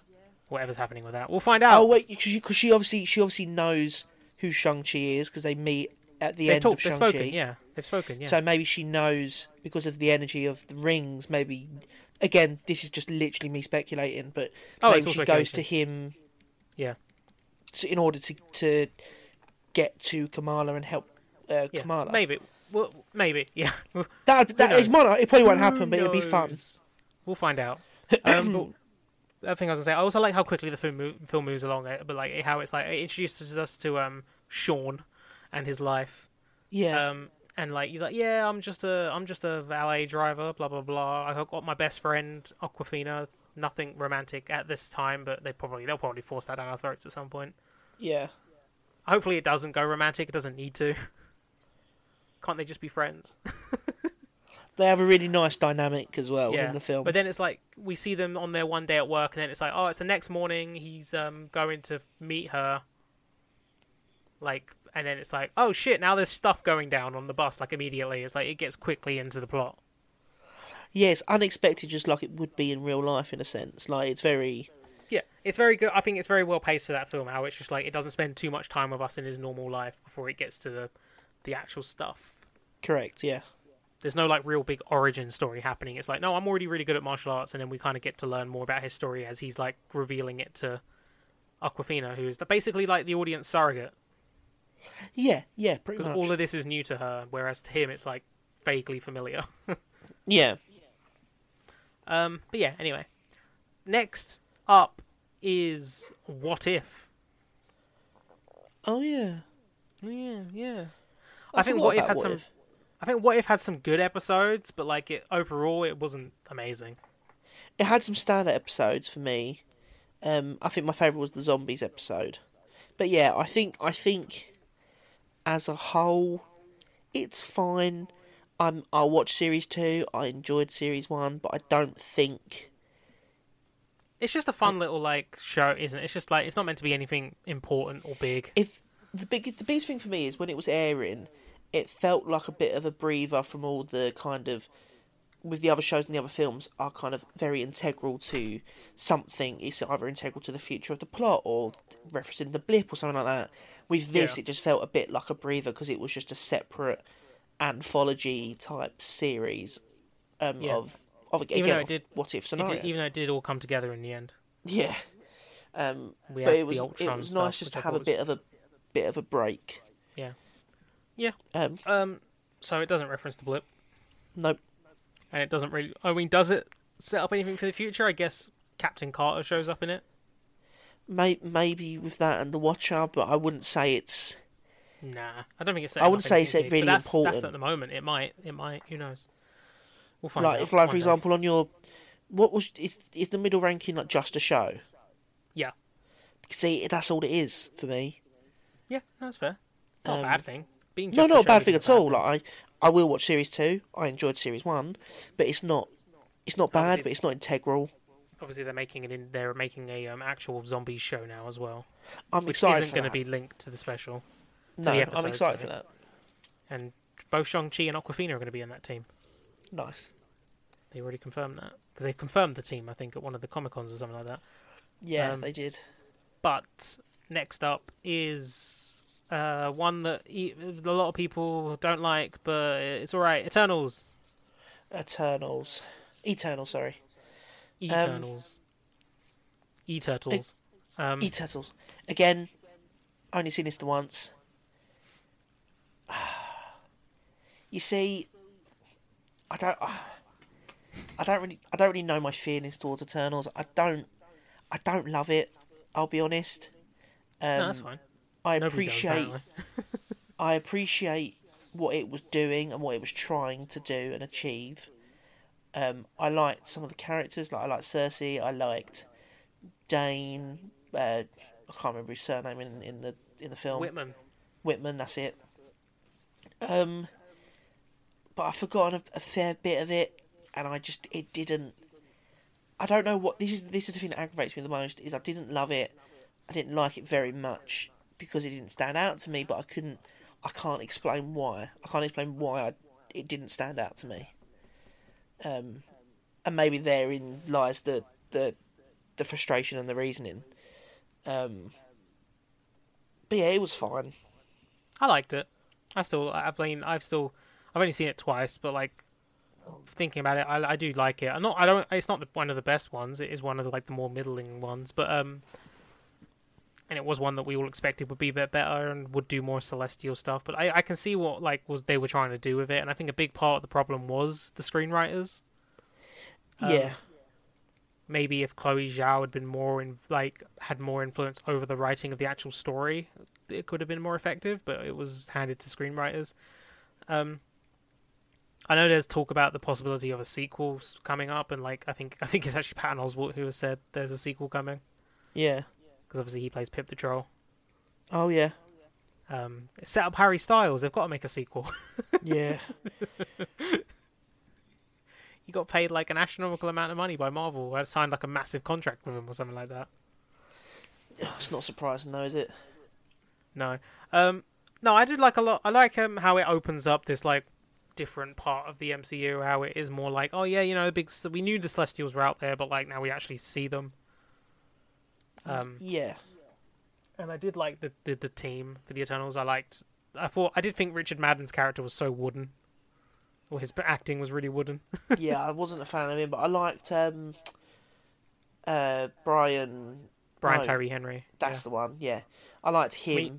Speaker 1: Whatever's happening with that, we'll find
Speaker 2: Oh,
Speaker 1: out.
Speaker 2: wait, because she, 'cause she obviously she obviously knows who Shang Chi is because they meet at the
Speaker 1: they've
Speaker 2: end
Speaker 1: talked,
Speaker 2: of
Speaker 1: they've
Speaker 2: Shang
Speaker 1: spoken.
Speaker 2: Chi.
Speaker 1: Yeah, they've spoken. Yeah,
Speaker 2: So maybe she knows because of the energy of the rings. Maybe again, this is just literally me speculating, but
Speaker 1: Oh, it's
Speaker 2: maybe
Speaker 1: all
Speaker 2: she goes to him.
Speaker 1: Yeah.
Speaker 2: To, in order to to get to Kamala and help uh,
Speaker 1: yeah.
Speaker 2: Kamala.
Speaker 1: maybe. Well, maybe. Yeah, Who
Speaker 2: That that it
Speaker 1: knows?
Speaker 2: might not, it probably won't happen, but it'll be fun.
Speaker 1: knows? We'll find out. Um, but the other thing I was gonna say, I also like how quickly the film, mo- film moves along, eh, but like how it's like it introduces us to um Sean and his life.
Speaker 2: Yeah.
Speaker 1: um and like he's like yeah i'm just a i'm just a valet driver blah blah blah i've got my best friend aquafina nothing romantic at this time but they probably they'll probably force that down our throats at some point
Speaker 2: yeah.
Speaker 1: hopefully it doesn't go romantic it doesn't need to can't they just be friends
Speaker 2: They have a really nice dynamic as well
Speaker 1: yeah
Speaker 2: in the film.
Speaker 1: but then it's like we see them on their one day at work and then it's like oh it's the next morning he's um going to meet her like and then it's like oh shit now there's stuff going down on the bus like immediately it's like it gets quickly into the plot
Speaker 2: yeah, it's unexpected, just like it would be in real life, in a sense. Like it's very
Speaker 1: Yeah, it's very good. I think it's very well paced for that film. How it's just like it doesn't spend too much time with us in his normal life before it gets to the the actual stuff.
Speaker 2: correct. Yeah.
Speaker 1: There's no like real big origin story happening. It's like no, I'm already really good at martial arts, and then we kind of get to learn more about his story as he's like revealing it to Aquafina, who is the, basically like the audience surrogate
Speaker 2: Yeah. Yeah. Pretty
Speaker 1: because
Speaker 2: much.
Speaker 1: all of this is new to her, whereas to him it's like vaguely familiar.
Speaker 2: Yeah.
Speaker 1: Um, but yeah, anyway, next up is What If.
Speaker 2: Oh yeah.
Speaker 1: Yeah, yeah.
Speaker 2: I,
Speaker 1: I think
Speaker 2: forgot
Speaker 1: What If
Speaker 2: about
Speaker 1: had some-
Speaker 2: If.
Speaker 1: I think What If had some good episodes, but like it overall, it wasn't amazing.
Speaker 2: It had some standout episodes for me. Um, I think my favourite was the zombies episode. But yeah, I think I think as a whole, it's fine. I'm I watched series two. I enjoyed series one, but I don't think
Speaker 1: It's just a fun little like show, isn't it? It's just like it's not meant to be anything important or big.
Speaker 2: if the big the biggest thing for me is when it was airing, it felt like a bit of a breather from all the kind of with the other shows and the other films are kind of very integral to something. It's either integral to the future of the plot or referencing the blip or something like that. With this,
Speaker 1: Yeah.
Speaker 2: it just felt a bit like a breather because it was just a separate anthology type series um,
Speaker 1: Yeah.
Speaker 2: of of again,
Speaker 1: Even though it
Speaker 2: of
Speaker 1: did-
Speaker 2: what if
Speaker 1: It
Speaker 2: scenarios.
Speaker 1: did, even though it did all come together in the end.
Speaker 2: Yeah. Um,
Speaker 1: We
Speaker 2: but
Speaker 1: had
Speaker 2: it was
Speaker 1: the
Speaker 2: it
Speaker 1: Ultron
Speaker 2: was
Speaker 1: stuff,
Speaker 2: nice just to
Speaker 1: which I
Speaker 2: have a
Speaker 1: thought was-
Speaker 2: bit of a bit of a break.
Speaker 1: Yeah. Yeah.
Speaker 2: Um,
Speaker 1: Um. So it doesn't reference the blip,
Speaker 2: nope.
Speaker 1: and it doesn't really. I mean, does it set up anything for the future? I guess Captain Carter shows up in it.
Speaker 2: May- maybe with that and the Watcher, but I wouldn't say it's.
Speaker 1: Nah, I don't think it's.
Speaker 2: I wouldn't say it's really
Speaker 1: that's, That's
Speaker 2: important.
Speaker 1: at the moment. It might. It might. Who knows? We'll find
Speaker 2: Like,
Speaker 1: out.
Speaker 2: if, like
Speaker 1: one
Speaker 2: for
Speaker 1: day.
Speaker 2: example, on your. What was. Is, is the middle ranking, like, just a show?
Speaker 1: Yeah.
Speaker 2: See, that's all it is for me.
Speaker 1: Yeah, that's fair. Not
Speaker 2: Um,
Speaker 1: a bad thing. Being
Speaker 2: No,
Speaker 1: just a
Speaker 2: not a bad
Speaker 1: show
Speaker 2: thing
Speaker 1: isn't
Speaker 2: at all. Like, I, I will watch Series 2. I enjoyed Series 1, but it's not. It's not bad,
Speaker 1: Obviously-
Speaker 2: but it's not integral.
Speaker 1: obviously they're making it in they're making a um, actual zombie show now as well
Speaker 2: I'm
Speaker 1: which
Speaker 2: excited
Speaker 1: isn't
Speaker 2: for
Speaker 1: going to be
Speaker 2: that.
Speaker 1: linked to the special
Speaker 2: no,
Speaker 1: the
Speaker 2: I'm
Speaker 1: episodes,
Speaker 2: excited
Speaker 1: I
Speaker 2: for
Speaker 1: think.
Speaker 2: that.
Speaker 1: and both Shang-Chi and Aquafina are going to be in that team
Speaker 2: Nice.
Speaker 1: they already confirmed that because they confirmed the team I think at one of the Comic Cons or something like that
Speaker 2: Yeah,
Speaker 1: Um,
Speaker 2: they did.
Speaker 1: but next up is uh, one that e- a lot of people don't like but it's alright Eternals
Speaker 2: Um, Eternals. Eternal, sorry.
Speaker 1: Eternals E-Turtles um,
Speaker 2: Eternals. Again, only seen this the once. You see, I don't. I don't really. I don't really know my feelings towards Eternals. I don't. I don't love it. I'll be honest. Um,
Speaker 1: no that's fine
Speaker 2: I
Speaker 1: Nobody does,
Speaker 2: appreciate.
Speaker 1: apparently.
Speaker 2: I appreciate what it was doing and what it was trying to do and achieve. Um, I liked some of the characters, like I liked Cersei, I liked Dane. Uh, I can't remember his surname in, in the in the film.
Speaker 1: Whitman
Speaker 2: Whitman, that's it. Um, but I've forgotten a, a fair bit of it, and I just it didn't. I don't know what this is. This is the thing that aggravates me the most is I didn't love it. I didn't like it very much because it didn't stand out to me. But I couldn't. I can't explain why. I can't explain why I, it didn't stand out to me. Um, and maybe therein lies the the, the frustration and the reasoning. Um, but yeah, it was fine.
Speaker 1: I liked it. I still, I I mean, I've still, I've only seen it twice, but like thinking about it, I, I do like it. I'm not, I don't. It's not the, one of the best ones. It is one of the, like the more middling ones, but um, and it was one that we all expected would be a bit better and would do more celestial stuff. But I, I can see what like was they were trying to do with it, and I think a big part of the problem was the screenwriters. Um,
Speaker 2: yeah,
Speaker 1: Maybe if Chloe Zhao had been more in like had more influence over the writing of the actual story, it could have been more effective. But it was handed to screenwriters. Um, I know there's talk about the possibility of a sequel s- coming up, and like I think I think it's actually Patton Oswalt who has said there's a sequel coming
Speaker 2: yeah.
Speaker 1: because obviously he plays Pip the Troll.
Speaker 2: Oh yeah,
Speaker 1: Um, it's set up Harry Styles. They've got to make a sequel.
Speaker 2: yeah.
Speaker 1: he got paid like an astronomical amount of money by Marvel. I signed like a massive contract with him or something like that.
Speaker 2: it's not surprising though, is it?
Speaker 1: No. Um no, I did like a lot I like um how it opens up this like different part of the MCU how it is more like, oh yeah, you know, the big we knew the Celestials were out there, but like now we actually see them. Um
Speaker 2: Yeah,
Speaker 1: and I did like the the, the team for the Eternals. I liked I thought I did think Richard Madden's character was so wooden. Or his acting was really wooden.
Speaker 2: yeah. I wasn't a fan of him, but I liked um, uh, Brian.
Speaker 1: Brian
Speaker 2: No,
Speaker 1: Tyree Henry.
Speaker 2: That's
Speaker 1: yeah.
Speaker 2: the one. Yeah, I liked him.
Speaker 1: Me-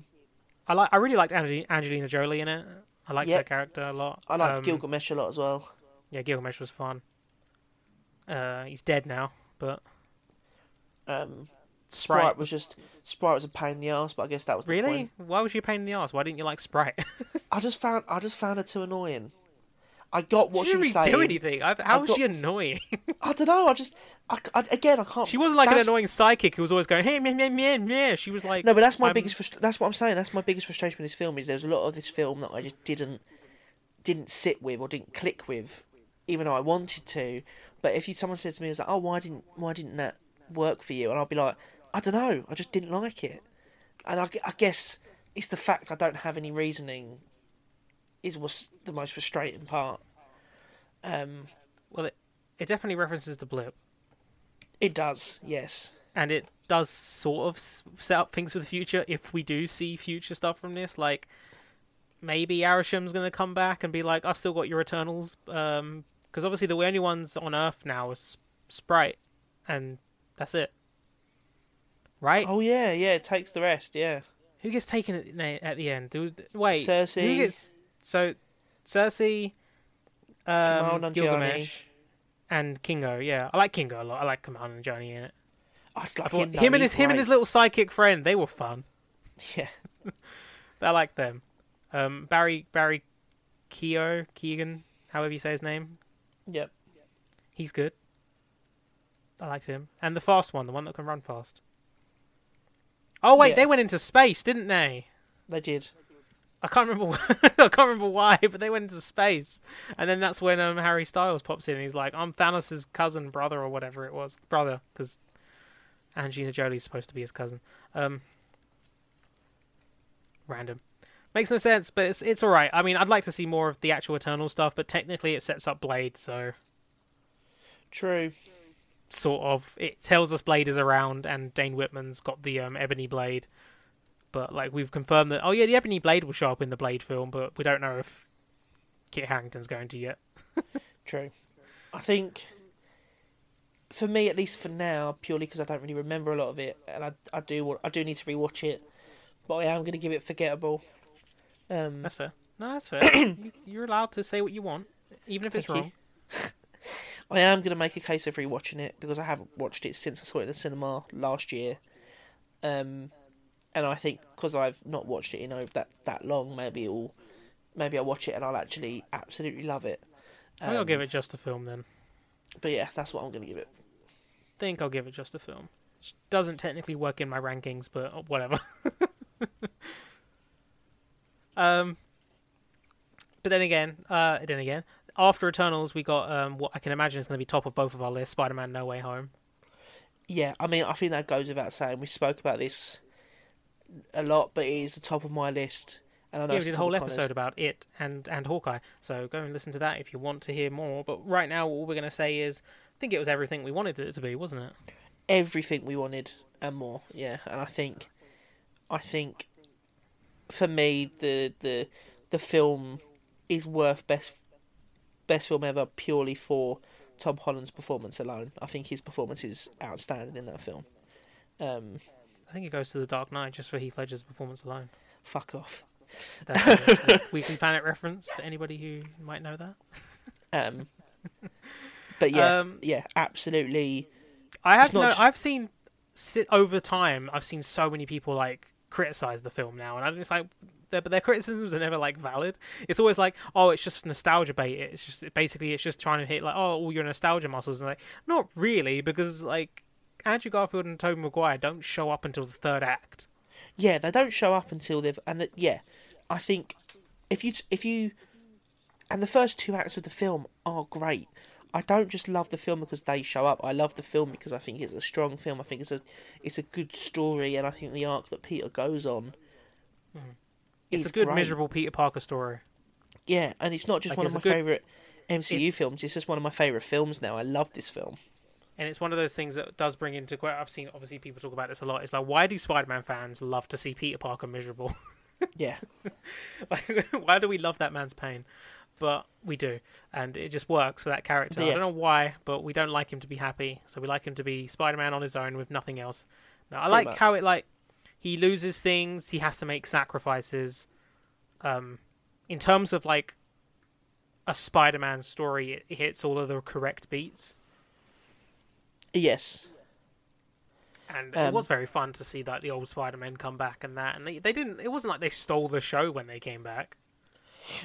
Speaker 1: I like I really liked Ange- Angelina Jolie in it. I liked
Speaker 2: Yeah.
Speaker 1: her character a lot.
Speaker 2: I liked
Speaker 1: Um,
Speaker 2: Gilgamesh a lot as well.
Speaker 1: Yeah, Gilgamesh was fun. Uh, he's dead now, but
Speaker 2: Um, Sprite,
Speaker 1: Sprite
Speaker 2: was just Sprite was a pain in the ass, but I guess that was the
Speaker 1: really,
Speaker 2: point.
Speaker 1: why was you a pain in the ass? Why didn't you like Sprite?
Speaker 2: I just found I just found her too annoying. I got what
Speaker 1: she
Speaker 2: she,
Speaker 1: didn't
Speaker 2: was
Speaker 1: really
Speaker 2: saying.
Speaker 1: do anything. I, how
Speaker 2: I
Speaker 1: was
Speaker 2: got-
Speaker 1: she annoying?
Speaker 2: I don't know. I just I, I- again I can't.
Speaker 1: she wasn't like
Speaker 2: that's-
Speaker 1: an annoying psychic who was always going hey meh meh meh meh. She was like um,
Speaker 2: No, but that's my
Speaker 1: I'm-
Speaker 2: biggest. Frustra- that's what I'm saying. That's my biggest frustration with this film is there's a lot of this film that I just didn't didn't sit with or didn't click with, even though I wanted to. But if you someone said to me, "I was like, oh, why didn't why didn't that work for you?" and I'll be like, I don't know. I just didn't like it. And I, gu- I guess it's the fact I don't have any reasoning is what's the most frustrating part. Um,
Speaker 1: Well, it, it definitely references the blip,
Speaker 2: it does, yes.
Speaker 1: and it does sort of s- set up things for the future. If we do see future stuff from this, like maybe Arisham's gonna come back and be like, I've still got your Eternals, because obviously the only ones on Earth now is Sprite, and that's it. Right?
Speaker 2: Oh yeah, yeah. It takes the rest. Yeah,
Speaker 1: Who gets taken at, na- at the end? Do, wait, Who
Speaker 2: Cersei.
Speaker 1: gets, so Cersei,
Speaker 2: Kamal
Speaker 1: um,
Speaker 2: Nanjiani.
Speaker 1: Gilgamesh, and Kingo. Yeah, I like Kingo a lot. I like Kamal and Johnny in it.
Speaker 2: I just like
Speaker 1: Well, him,
Speaker 2: him. though,
Speaker 1: and
Speaker 2: he's
Speaker 1: his him and his
Speaker 2: great.
Speaker 1: little psychic friend, they were fun.
Speaker 2: yeah.
Speaker 1: I like them. Um, Barry Barry Keogh Keegan, however you say his name,
Speaker 2: Yep.
Speaker 1: he's good. I liked him, and the fast one, the one that can run fast. Oh wait,
Speaker 2: Yeah.
Speaker 1: they went into space, didn't they?
Speaker 2: They did.
Speaker 1: I can't remember. I can't remember why, but they went into space, and then that's when um, Harry Styles pops in. and He's like, "I'm Thanos' cousin, brother, or whatever it was, brother," because Angelina Jolie's supposed to be his cousin. Um, random, makes no sense, but it's it's all right. I mean, I'd like to see more of the actual Eternal stuff, but technically, it sets up Blade, so
Speaker 2: True.
Speaker 1: sort of it tells us Blade is around, and Dane Whitman's got the um, Ebony Blade. But like we've confirmed that oh yeah, the Ebony Blade will show up in the Blade film, but we don't know if Kit Harrington's going to yet.
Speaker 2: True. I think, for me at least for now, purely because I don't really remember a lot of it, and I, I do want I do need to rewatch it, but I am going to give it forgettable. Um,
Speaker 1: That's fair. No, that's fair. you, you're allowed to say what you want, even if it's
Speaker 2: Thank you.
Speaker 1: wrong.
Speaker 2: I am going to make a case of rewatching it because I haven't watched it since I saw it in the cinema last year. Um, and I think because I've not watched it in over that, that long, maybe it'll maybe I'll watch it and I'll actually absolutely love it.
Speaker 1: I think I'll give it just a film then.
Speaker 2: But yeah, that's what I'm going to give it.
Speaker 1: Think I'll give it just a film. Which doesn't technically work in my rankings, but oh, whatever. um, but then again, uh, then again, after Eternals, we got um what I can imagine is going to be top of both of our lists: Spider-Man: No Way Home.
Speaker 2: Yeah, I mean, I think that goes without saying. We spoke about this a lot, but it is the top of my list, And I know
Speaker 1: yeah, we
Speaker 2: it's
Speaker 1: did a
Speaker 2: top
Speaker 1: whole
Speaker 2: of Connor's.
Speaker 1: episode about it and and Hawkeye. So go and listen to that if you want to hear more. But right now, all we're going to say is, I think it was everything we wanted it to be, wasn't it?
Speaker 2: everything we wanted and more. Yeah, and I think, I think, for me, the the the film is worth best best film ever purely for Tom Holland's performance alone. I think his performance is outstanding in that film. Um,
Speaker 1: I think it goes to the Dark Knight just for Heath Ledger's performance alone.
Speaker 2: fuck off.
Speaker 1: That's a Weekly Planet reference to anybody who might know that.
Speaker 2: Um, but yeah,
Speaker 1: Um,
Speaker 2: yeah, absolutely.
Speaker 1: I have
Speaker 2: It's not
Speaker 1: no.
Speaker 2: just-
Speaker 1: I've seen si- over time. I've seen so many people like criticize the film now, and I'm just like, their, but their criticisms are never like valid. It's always like, oh, it's just nostalgia bait. It's just basically, it's just trying to hit like, oh, all your nostalgia muscles, and like, not really, because like Andrew Garfield and Tobey Maguire don't show up until the third act.
Speaker 2: Yeah, they don't show up until they've and the, yeah, I think if you if you and the first two acts of the film are great. I don't just love the film because they show up. I love the film because I think it's a strong film. I think it's a it's a good story, and I think the arc that Peter goes on.
Speaker 1: Mm-hmm. It's
Speaker 2: is
Speaker 1: a good
Speaker 2: great.
Speaker 1: miserable Peter Parker story.
Speaker 2: Yeah, and it's not just
Speaker 1: Like,
Speaker 2: one
Speaker 1: it's
Speaker 2: of
Speaker 1: a
Speaker 2: my
Speaker 1: good-
Speaker 2: favorite MCU
Speaker 1: it's-
Speaker 2: films. It's just one of my favorite films now. I love this film.
Speaker 1: And it's one of those things that does bring into quite. I've seen obviously people talk about this a lot. It's like, why do Spider-Man fans love to see Peter Parker miserable?
Speaker 2: Yeah,
Speaker 1: Like, why do we love that man's pain? But we do, and it just works for that character. I
Speaker 2: Yeah.
Speaker 1: don't know why, but we don't like him to be happy, so we like him to be Spider-Man on his own with nothing else. Now, I like
Speaker 2: much.
Speaker 1: how it like he loses things, he has to make sacrifices. Um, in terms of like a Spider-Man story, it- it hits all of the correct beats,
Speaker 2: yes,
Speaker 1: and it
Speaker 2: Um,
Speaker 1: was very fun to see that the old Spider-Man come back and that, and they, they didn't. It wasn't like they stole the show when they came back.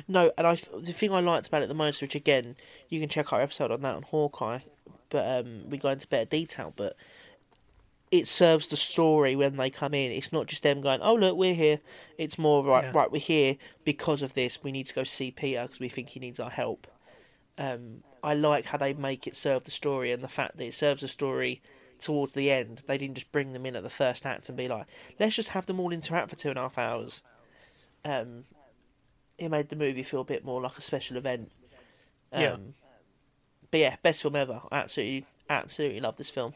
Speaker 2: No, and I the thing I liked about it the most, which again you can check out our episode on that on Hawkeye, but um, we go into better detail. But it serves the story when they come in. It's not just them going, "Oh look, we're here." It's more right,
Speaker 1: Yeah.
Speaker 2: right, we're here because of this. We need to go see Peter because we think he needs our help. Um, I like how they make it serve the story and the fact that it serves the story towards the end. They didn't just bring them in at the first act and be like, "Let's just have them all interact for two and a half hours." um, it made the movie feel a bit more like a special event. Um,
Speaker 1: Yeah.
Speaker 2: But yeah, best film ever. I absolutely, absolutely love this film.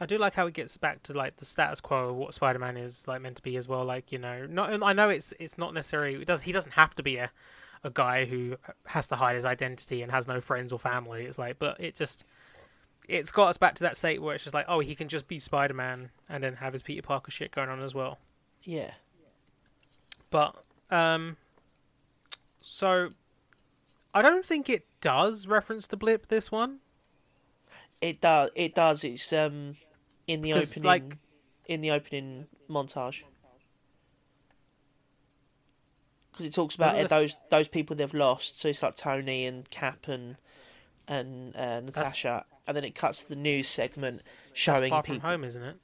Speaker 1: I do like how it gets back to like the status quo of what Spider-Man is like meant to be as well. Like you know, not and I know it's it's not necessarily it does he doesn't have to be a a guy who has to hide his identity and has no friends or family. It's like, but it just it's got us back to that state where it's just like, oh, he can just be Spider-Man and then have his Peter Parker shit going on as well.
Speaker 2: Yeah.
Speaker 1: But um, so I don't think it does reference the blip this one.
Speaker 2: It does. It does. It's um in the
Speaker 1: 'Cause,
Speaker 2: opening,
Speaker 1: like-
Speaker 2: in the opening montage, because it talks about
Speaker 1: Wasn't the-
Speaker 2: those those people they've lost. So it's like Tony and Cap and and uh, Natasha, and then it cuts to the news segment
Speaker 1: That's
Speaker 2: showing
Speaker 1: far
Speaker 2: people.
Speaker 1: from home, isn't it?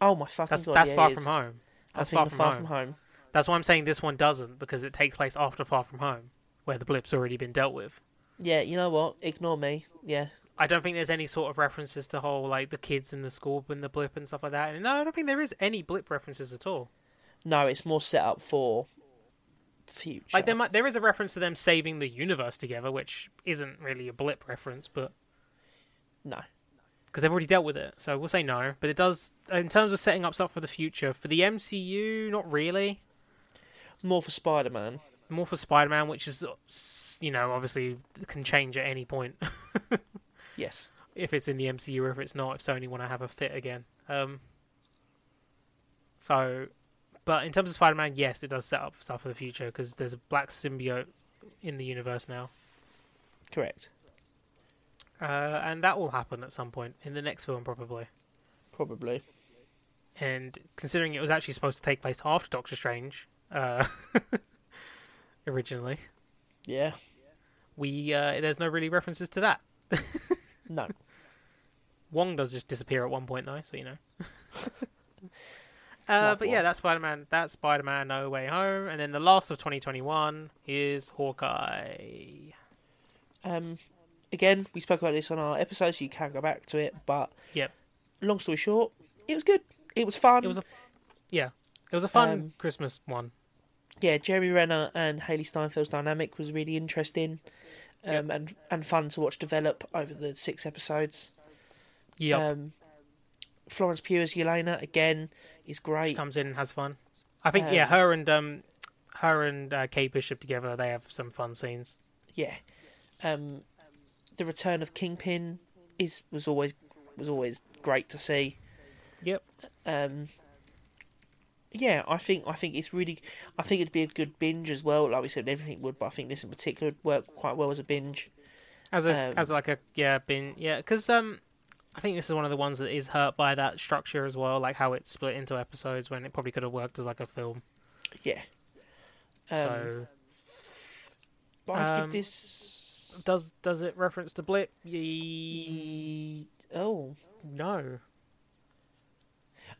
Speaker 2: Oh my fucking
Speaker 1: That's
Speaker 2: god!
Speaker 1: that's
Speaker 2: yeah,
Speaker 1: far
Speaker 2: it is.
Speaker 1: from home.
Speaker 2: I
Speaker 1: That's
Speaker 2: think
Speaker 1: far
Speaker 2: the
Speaker 1: from
Speaker 2: far
Speaker 1: home.
Speaker 2: from home.
Speaker 1: That's why I'm saying this one doesn't because it takes place after Far From Home, where the blip's already been dealt with.
Speaker 2: Yeah, you know what? Ignore me. Yeah.
Speaker 1: I don't think there's any sort of references to whole like the kids in the school and the blip and stuff like that. And no, I don't think there is any blip references at all.
Speaker 2: No, it's more set up for future.
Speaker 1: Like there might there is a reference to them saving the universe together, which isn't really a blip reference, but
Speaker 2: No.
Speaker 1: because they've already dealt with it, so we'll say no. But it does in terms of setting up stuff for the future for the MCU, not really.
Speaker 2: More for Spider Man.
Speaker 1: More for Spider-Man, which is you know obviously can change at any point.
Speaker 2: Yes.
Speaker 1: if it's in the MCU or if it's not, if Sony want to have a fit again. Um, so, but in terms of Spider Man, yes, it does set up stuff for the future because there's a black symbiote in the universe now.
Speaker 2: Correct.
Speaker 1: Uh, and that will happen at some point in the next film, probably.
Speaker 2: Probably.
Speaker 1: And considering it was actually supposed to take place after Doctor Strange uh, originally,
Speaker 2: Yeah.
Speaker 1: we uh, there's no really references to that.
Speaker 2: No.
Speaker 1: Wong does just disappear at one point though, so you know. uh,
Speaker 2: Love
Speaker 1: but
Speaker 2: Wong.
Speaker 1: yeah, that's Spider Man. That's Spider Man No Way Home, and then the last of 2021 is Hawkeye.
Speaker 2: um, again, we spoke about this on our episode, so you can go back to it. But
Speaker 1: Yep,
Speaker 2: long story short, it was good. It was fun.
Speaker 1: it was a yeah. It was a fun
Speaker 2: Um,
Speaker 1: Christmas one.
Speaker 2: yeah, Jeremy Renner and Haley Steinfeld's dynamic was really interesting, um, and and fun to watch develop over the six episodes.
Speaker 1: Yep.
Speaker 2: Um, Florence Pugh as Yelena again is great.
Speaker 1: comes in and has fun. I think yeah,
Speaker 2: Um,
Speaker 1: her and um, her and uh, Kate Bishop together, they have some fun scenes.
Speaker 2: Yeah, um, the return of Kingpin is was always was always great to see.
Speaker 1: Yep.
Speaker 2: Um, yeah, I think I think it's really I think it'd be a good binge as well. Like we said, everything would, but I think this in particular would work quite well as a binge.
Speaker 1: As a
Speaker 2: Um,
Speaker 1: as like a yeah, been yeah, because um, I think this is one of the ones that is hurt by that structure as well, like how it's split into episodes when it probably could have worked as like a film.
Speaker 2: Yeah. Um,
Speaker 1: so
Speaker 2: But I'd
Speaker 1: Um,
Speaker 2: give this.
Speaker 1: does does it reference to Blip? Ye-
Speaker 2: E- Oh,
Speaker 1: no.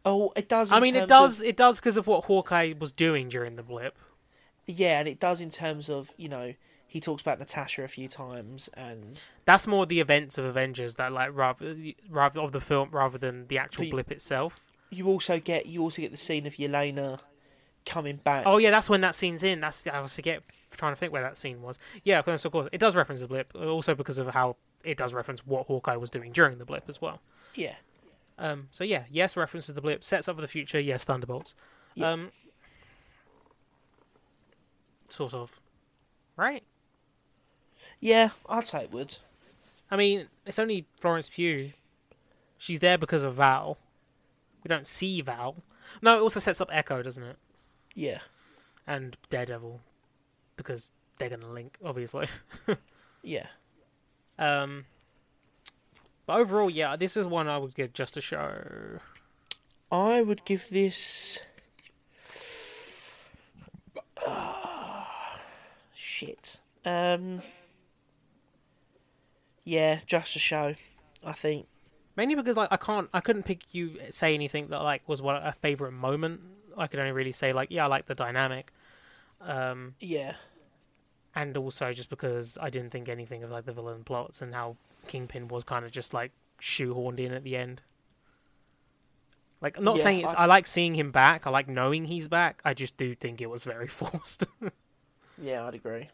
Speaker 2: oh, it does. In
Speaker 1: I mean, it
Speaker 2: terms of-
Speaker 1: does it does because of what Hawkeye was doing during the Blip.
Speaker 2: yeah, and it does in terms of you know he talks about Natasha a few times, and
Speaker 1: That's more the events of Avengers that like rather rather of the film rather than the actual
Speaker 2: But-
Speaker 1: Blip itself.
Speaker 2: you also get you also get the scene of Yelena coming back.
Speaker 1: Oh yeah, that's when that scene's in. That's I was forget trying to think where that scene was. Yeah, of course, of course, it does reference the blip. Also because of how it does reference what Hawkeye was doing during the blip as well.
Speaker 2: yeah,
Speaker 1: Um, so yeah, yes, references the blip, sets up for the future. Yes, Thunderbolts.
Speaker 2: Yeah.
Speaker 1: Um, sort of, right?
Speaker 2: yeah, I'd say it would.
Speaker 1: I mean, it's only Florence Pugh. She's there because of Val. We don't see Val. No, it also sets up Echo, doesn't it?
Speaker 2: Yeah,
Speaker 1: And Daredevil, because they're gonna link, obviously.
Speaker 2: yeah,
Speaker 1: Um, but overall, yeah, this is one I would give just a show.
Speaker 2: I would give this. ah, shit. Um. Yeah, just a show. I think.
Speaker 1: Mainly because like I can't, I couldn't pick you say anything that like was what a favorite moment. I could only really say like, yeah, I like the dynamic, um,
Speaker 2: Yeah.
Speaker 1: and also just because I didn't think anything of like the villain plots and how Kingpin was kind of just like shoehorned in at the end. Like, I'm not
Speaker 2: Yeah,
Speaker 1: saying it's. I... like seeing him back. I like knowing he's back. I just do think it was very forced.
Speaker 2: Yeah, I'd agree.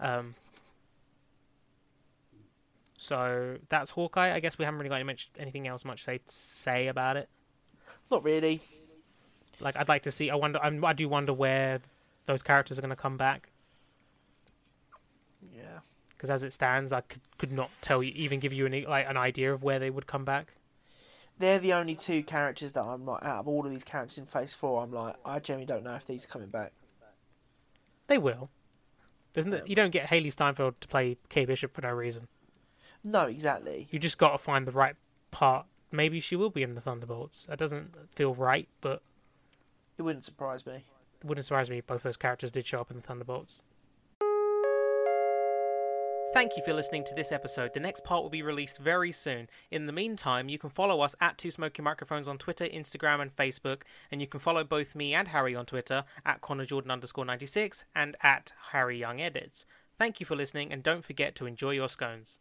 Speaker 1: Um, so that's Hawkeye. I guess we haven't really got any much, anything else much say say about it.
Speaker 2: Not really.
Speaker 1: Like, I'd like to see. I wonder. I'm, I do wonder where those characters are going to come back.
Speaker 2: Yeah.
Speaker 1: Because as it stands, I could, could not tell you, even give you an like an idea of where they would come back.
Speaker 2: They're the only two characters that I'm like out of all of these characters in Phase Four. I'm like, I genuinely don't know if these are coming back.
Speaker 1: They will. There's no,
Speaker 2: Um,
Speaker 1: you don't get Haley Steinfeld to play Kay Bishop for no reason.
Speaker 2: No, exactly.
Speaker 1: You just got to find the right part. Maybe she will be in the Thunderbolts. That doesn't feel right, but
Speaker 2: It wouldn't surprise me.
Speaker 1: it wouldn't surprise me if both those characters did show up in the Thunderbolts. Thank you for listening to this episode. The next part will be released very soon. In the meantime, you can follow us at Two Smoky Microphones on Twitter, Instagram, and Facebook, and you can follow both me and Harry on Twitter at ConnorJordan underscore 96 and at Harry Young Edits. Thank you for listening, and don't forget to enjoy your scones.